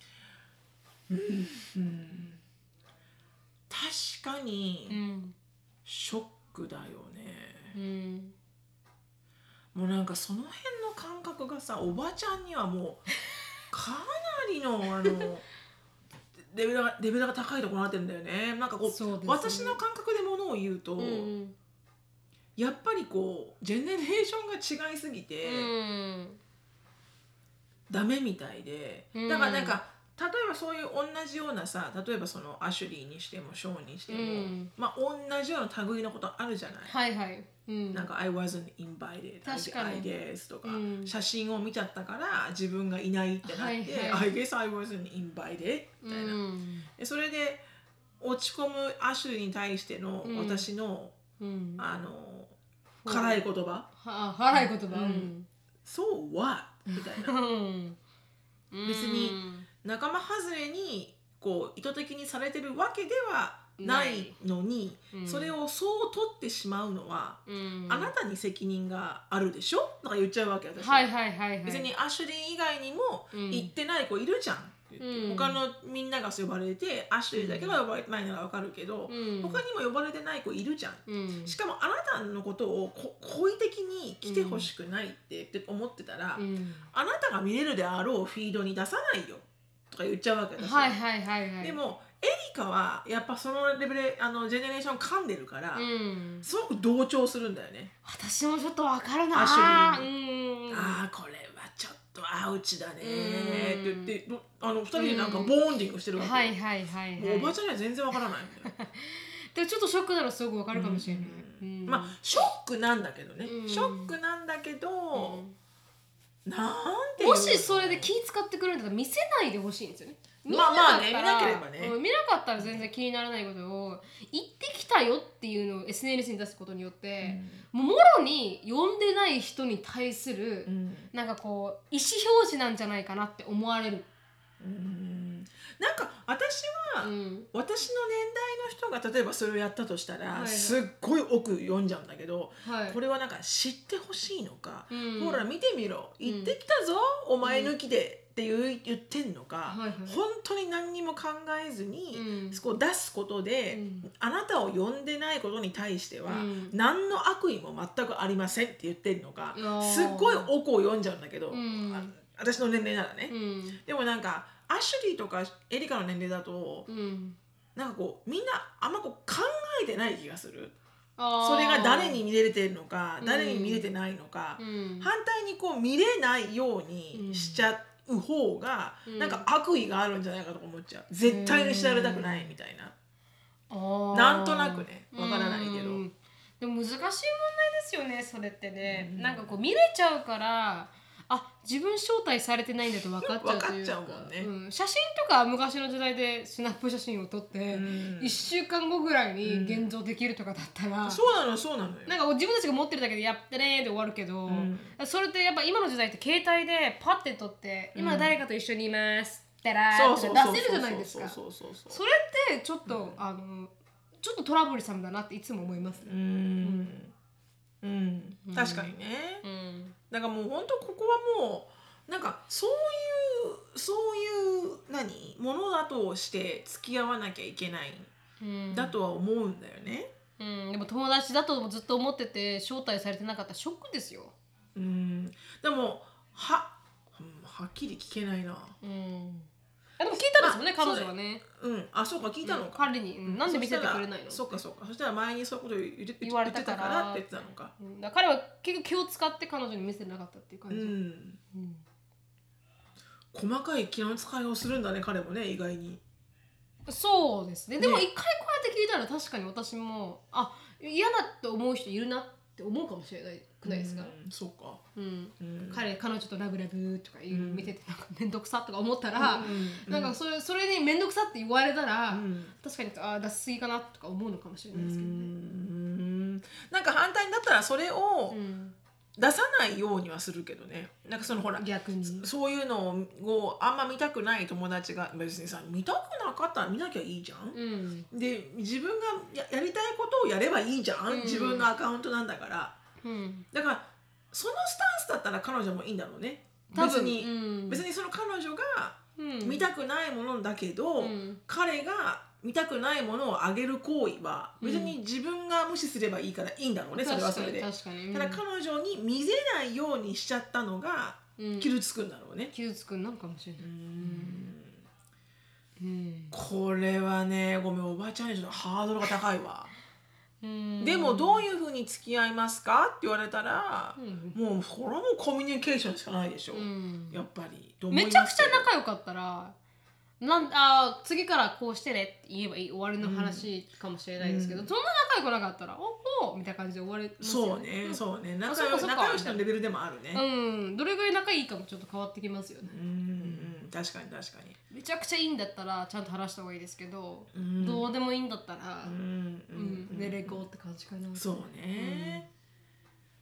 確かにうんショックだよねうんもうなんかその辺の感覚がさおばちゃんにはもうかなりの あのレベルがレベルが高いところになってるんだよねなんかこうそうですね私の感覚でものを言うと、うんうんやっぱりこうジェネレーションが違いすぎて、うんダメみたいでうんだからなんか、例えばそういう同じようなさ例えばそのアシュリーにしてもショーンにしても、うんまあ同じような類のことあるじゃない。はいはい。うんなんか「I wasn't invited」確かに I guess」とか、うん写真を見ちゃったから自分がいないってなっはて「いはい I guess I wasn't invited」みたいな、うんでそれで落ち込むアシュリーに対してのうん私の、うん、はあの辛い言葉あ腹い言葉、うん「そうは」みたいなうんうん、別に仲間外れにこう意図的にされてるわけではないのに、ないうんそれをそう取ってしまうのは、うん、あなたに責任があるでしょとか言っちゃうわけ私ははいはいはいはい別にアシュリー以外にもうん行ってない子いるじゃんって言って、うん他のみんなが呼ばれてアシュリーだけが呼ばれてないならわかるけど、うん他にも呼ばれてない子いるじゃん。うんしかもあなたのことをこ好意的に来てほしくないってって思ってたら、うんあなたが見れるであろうフィードに出さないよとか言っちゃうわけ私はいはいはいはいでもエリカはやっぱそのレベルあのジェネレーション噛んでるから、うんすごく同調するんだよね、私もちょっとわかるなアシュうんああこれはちょっとアウチだねーって言ってどあの二人でなんかうんボーンディングしてるわけ、はいはいはいもはういおばちゃんには全然わからないみたいな、でもちょっとショックならすごくわかるかもしれない、うんまあショックなんだけどね、うんショックなんだけど、なんていうもしそれで気使ってくるんだったら見せないでほしいんですよね見なまあまかあっねたら見なければねうん見なかったら全然気にならないことを言ってきたよっていうのを SNS に出すことによって、もうもろに呼んでない人に対する、うんなんかこう意思表示なんじゃないかなって思われる。うんなんか私は、うん私の年代の人が例えばそれをやったとしたら、はいすっごい奥読んじゃうんだけど、はい、これはなんか知ってほしいのか、うんほら見てみろ行ってきたぞ、お前抜きで、っていう言ってんのか、はいはい本当に何にも考えずに、うんこう出すことで、うんあなたを呼んでないことに対しては、うん何の悪意も全くありませんって言ってんのか、あーすっごい奥を読んじゃうんだけど、うんあ私の年齢ならね。うんでもなんかアシュリーとかエリカの年齢だとうん、なんかこうみんなあんまこう考えてない気がするあーそれが誰に見れてるのかうん誰に見れてないのか、うん反対にこう見れないようにしちゃう方が、うんなんか悪意があるんじゃないかとか思っちゃう絶対に知られたくないみたいな、あーなんとなくねわからないけどうんでも難しい問題ですよねそれってね、なんかこう見れちゃうからあ自分招待されてないんだと分かっちゃうという分かっちゃうもんねうん写真とか昔の時代でスナップ写真を撮って、うん1週間後ぐらいに現像できるとかだったら、そうなのそうなのよなんか自分たちが持ってるだけでやってねーで終わるけど、んそれってやっぱ今の時代って携帯でパッて撮って、今誰かと一緒にいますってらそーうってそうそう出せるじゃないですかそうそうそうそそれってちょっと、あのちょっとトラブルサムだなっていつも思いますうねう、んうん確かにねうんだからもう本当ここはもうなんかそういうそういう何ものだとして付き合わなきゃいけないうんだとは思うんだよねうん、でも友達だとずっと思ってて招待されてなかったらショックですよ、うんでもはうんはっきり聞けないなうん、あでも聞いたんですもんねまあ彼女はねうんあそうか聞いたのか、彼に、うんなんで見せてくれないのそしたらそうかそうかそしたら前にそういうこと言って言われた言ってかたらからって言ってたのかうんだから彼は結局気を使って彼女に見せてなかったっていうう感じ、んうん細かい気の使いをするんだね彼もね意外にそうですねでもね一回こうやって聞いたら確かに私もあ嫌だって思う人いるなって思うかもしれないくないですか、うんそうか、うんうん、彼彼女とラブラブとかいううん見ててなんか面倒くさとか思ったら、うんうんなんかそれそれに面倒くさって言われたら、うん確かにあー出しすぎかなとか思うのかもしれうないですけどね。んなんか反対にだったらそれをうん出さないようにはするけどねなんかそのほら逆に。そういうのをあんま見たくない友達が別にさ見たくなかったら見なきゃいいじゃん、うんで自分がややりたいことをやればいいじゃん、うん自分のアカウントなんだからうん、だからそのスタンスだったら彼女もいいんだろうね多分別に、うん、別にその彼女がうん見たくないものだけど、うん彼が見たくないものをあげる行為は別に自分が無視すればいいからいいんだろうね、それはそれで。確かに確ただかに、彼女に見せないようにしちゃったのがうん、傷つくんだろうね。傷つくなんかもしれない。うんこれはねごめんおばちゃんにちょっとハードルが高いわ。うん、でもどういうふうに付き合いますかって言われたらう、んもうこれはもうコミュニケーションしかないでしょ、うんやっぱりと思めいまちゃくすちゃけど仲良かったらなんあー次からこうしてねって言えばいい終わりの話かもしれないですけど、うんそんな仲良くなかったら「おお」みたいな感じで終わりますそようね、そうねあ仲そっか良しそっか仲良しのレベルでもあるね、うん、どれぐらい仲いいかもちょっと変わってきますよねう。ん、うん確かに確かにめちゃくちゃいいんだったらちゃんと話した方がいいですけど、うんどうでもいいんだったら、ううんんうん寝れこうって感じかな。そうね、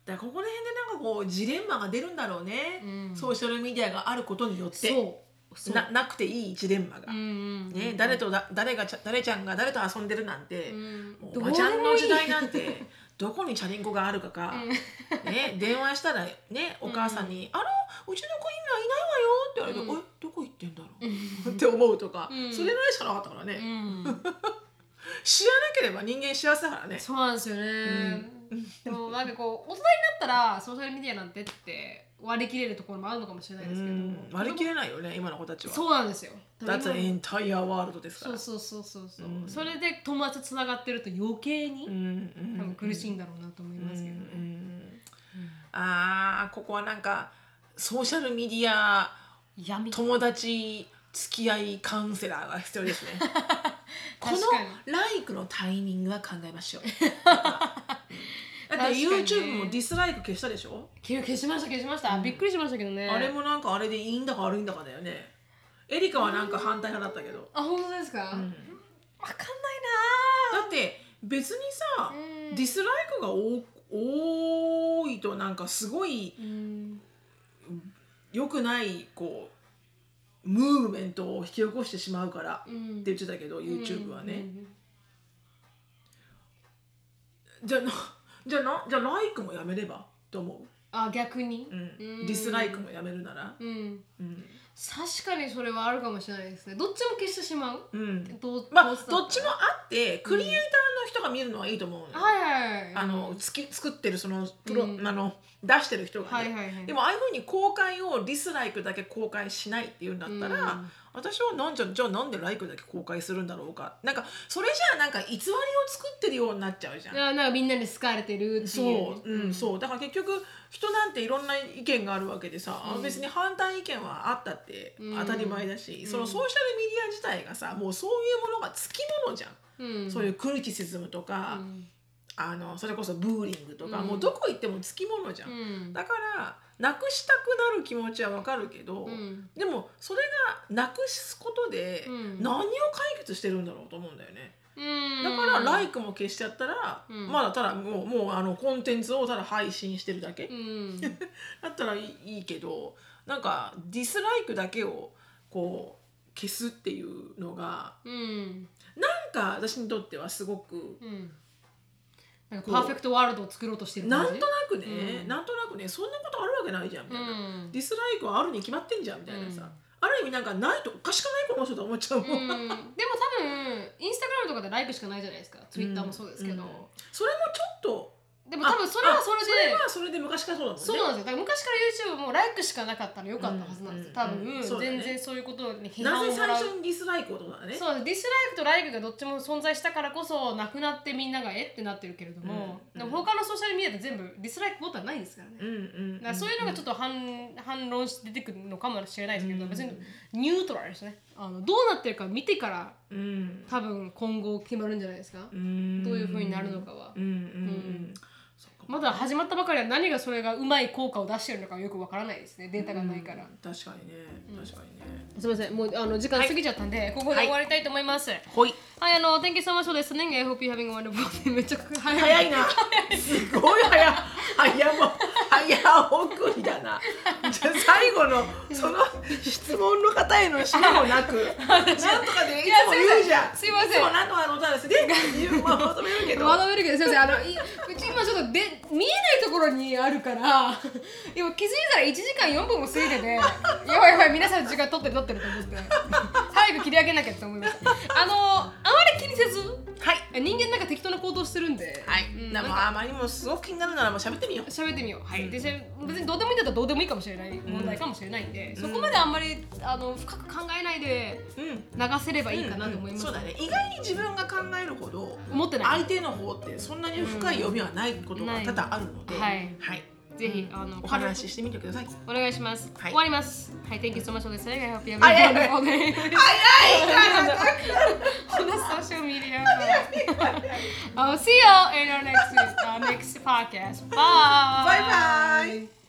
だからここら辺でなんかこうジレンマが出るんだろうね、うんソーシャルメディアがあることによってそうそうななくていいジレンマうが、んうんね、誰とだ誰がちゃ誰ちゃんが誰と遊んでるなんて、うんもうどおうでもいばいちゃんの時代なんて どこにチャリンコがあるかか、ね、電話したらねお母さんに「あらうちの子今いないわよ」って言われて「えどこ行ってんだろう?」って思うとか、うんそれぐらいしかなかったからね、 うん、知らなければ人間幸せだからね。そうなんですよね、でもなんかこう大人になったらソーシャルメディアなんてって割り切れるところもあるのかもしれないうですけどん割り切れないよね今の子たちは。そうなんですよ That's an entire world ですかそら。うそうそうそうそう、うんそれで友達とつながってると余計に、んうん多分苦しいんだろうなと思いますけどね、うんうんあーここはなんかソーシャルメディア闇友達付き合いカウンセラーが必要で すねこの確かにライクのタイミングは考えま しょう確だってかにね YouTube もディスライク消したでしょ、消消しました消しました、びっくりしましたけどねあれもなんかあれでいいんだか悪いんだかだよねエリカはなんか反対派だったけど、あ本当ですか、うわんかんだって別にさ、うんディスライクが多多いとなんかすごいないなうん良くないこうムーブメントを引き起こしてしまうからってん言ってたけど、YouTube はね、うんじゃあなじゃあなじゃあライクもやめればと思あ逆にう、うんうんディスライクもやめるなら、うんうん確かにそれはあるかもしれないですねどっちも消してしまううん、どうまうあしたらどっちもあってクリエイターの人が見るのはいいと思うのよ、はいはいはいあのつき作ってるそのプロ、うんあの出してる人がね、はいはいはいでもああいうふうに公開をディスライクだけ公開しないっていうんだったら、うん私はなんじゃじゃあなんでライクだけ公開するんだろうかなんかそれじゃあなんか偽りを作ってるようになっちゃうじゃんい。やなんかみんなに好かれてるっていうそう、うん、そうだから結局人なんていろんな意見があるわけでさ、うん別に反対意見はあったってうん当たり前だし、んそのソーシャルメディア自体がさもうそういうものがつきものじゃん、うん、そういいうクリティシズムとか、うんあのそれこそブーリングとか、うんもうどこ行ってもつきものじゃ、うんんだからなくしたくなる気持ちはわかるけど、うんでもそれがなくすことでうん何を解決してるんだろうと思うんだよね、うんだから「like」も消しちゃったら、うんまだただもうもうあのコンテンツをただ配信してるだけ、うんだったらいいいいけどなんかディスライクだけをこう消すっていうのがうんなんか私にとってはすごくうんなんかパーフェクトワールドを作ろうとしてるな感んじとなくね、うんなんとなくねそんなことあるわけないじゃんみたいな、うんディスライクはあるに決まってんじゃんみたいなうさ、んある意味なんかないとおかしくないこの人と思っちゃうもん、うん、でも多分インスタグラムとかでライクしかないじゃないですかツイッターもそうですけど、うんそれもちょっとでも多分それはそれでああそれはそれで昔からそうだもんねそうなんですよだから昔から YouTube もライクしかなかったらよかったはずなんですよ、うんうんうん多分、そうだね全然そういうことに批な判をぜも最らう初にディスライクをとだねそうですディスライクとライクがどっちも存在したからこそなくなってみんながえってなってるけれども、うんでも他のソーシャルメディアで全部ディスライクボタンないですからね、うんうんだからそういうのがちょっと反,、反論して出てくるのかもしれないですけど、別にニュートラルですねあのどうなってるか見てからうん多分今後決まるんじゃないですか、うんどういう風になるのかはうんうんうんそっかまだ始まったばかりは何がそれがうまい効果を出してるのかよくわからないですねデータがないから、確かにね確かにねすみませんもうあの時間過ぎちゃったんで、ここで終わりたいと思いますはい、ほいあの Thank you so much for listening I hope you having a wonderful day めっちゃ早早いなすごい早早も早送りだなじゃあ最後のその質問の方への指導もなくなんとかでいつも言うじゃんすいませんいつもなんとかのことなんですね言うまあまとめるけどまだ見るけどすみませんあのいうち今ちょっとで見えないところにあるから 今気づいたら1時間4分も過ぎてて やばいやばい皆さん時間取ってる取ってると思って早く切り上げなきゃって思いましたあのあまり気にせずはい人間なんか適当な行動してるんでははい、でもあまりにもすごく気になるならもう喋ってみよう喋ってみよう、はい、でしゃ別にどうでもいいんだったらどうでもいいかもしれない問題かもしれないんで、そこまであんまりあの深く考えないでうん流せればいいかなと思います、そうだね意外に自分が考えるほど思ってない相手の方ってそんなに深い読みはないことうんがない多々あるので、はいはい、ぜひあのお話ししてみてください。お願いします、はい終わりますはい Thank you so much for listening I hope you have あいやい a や wonderful day 早い on the social media I'll see you in our next week, uh, next podcast bye Bye bye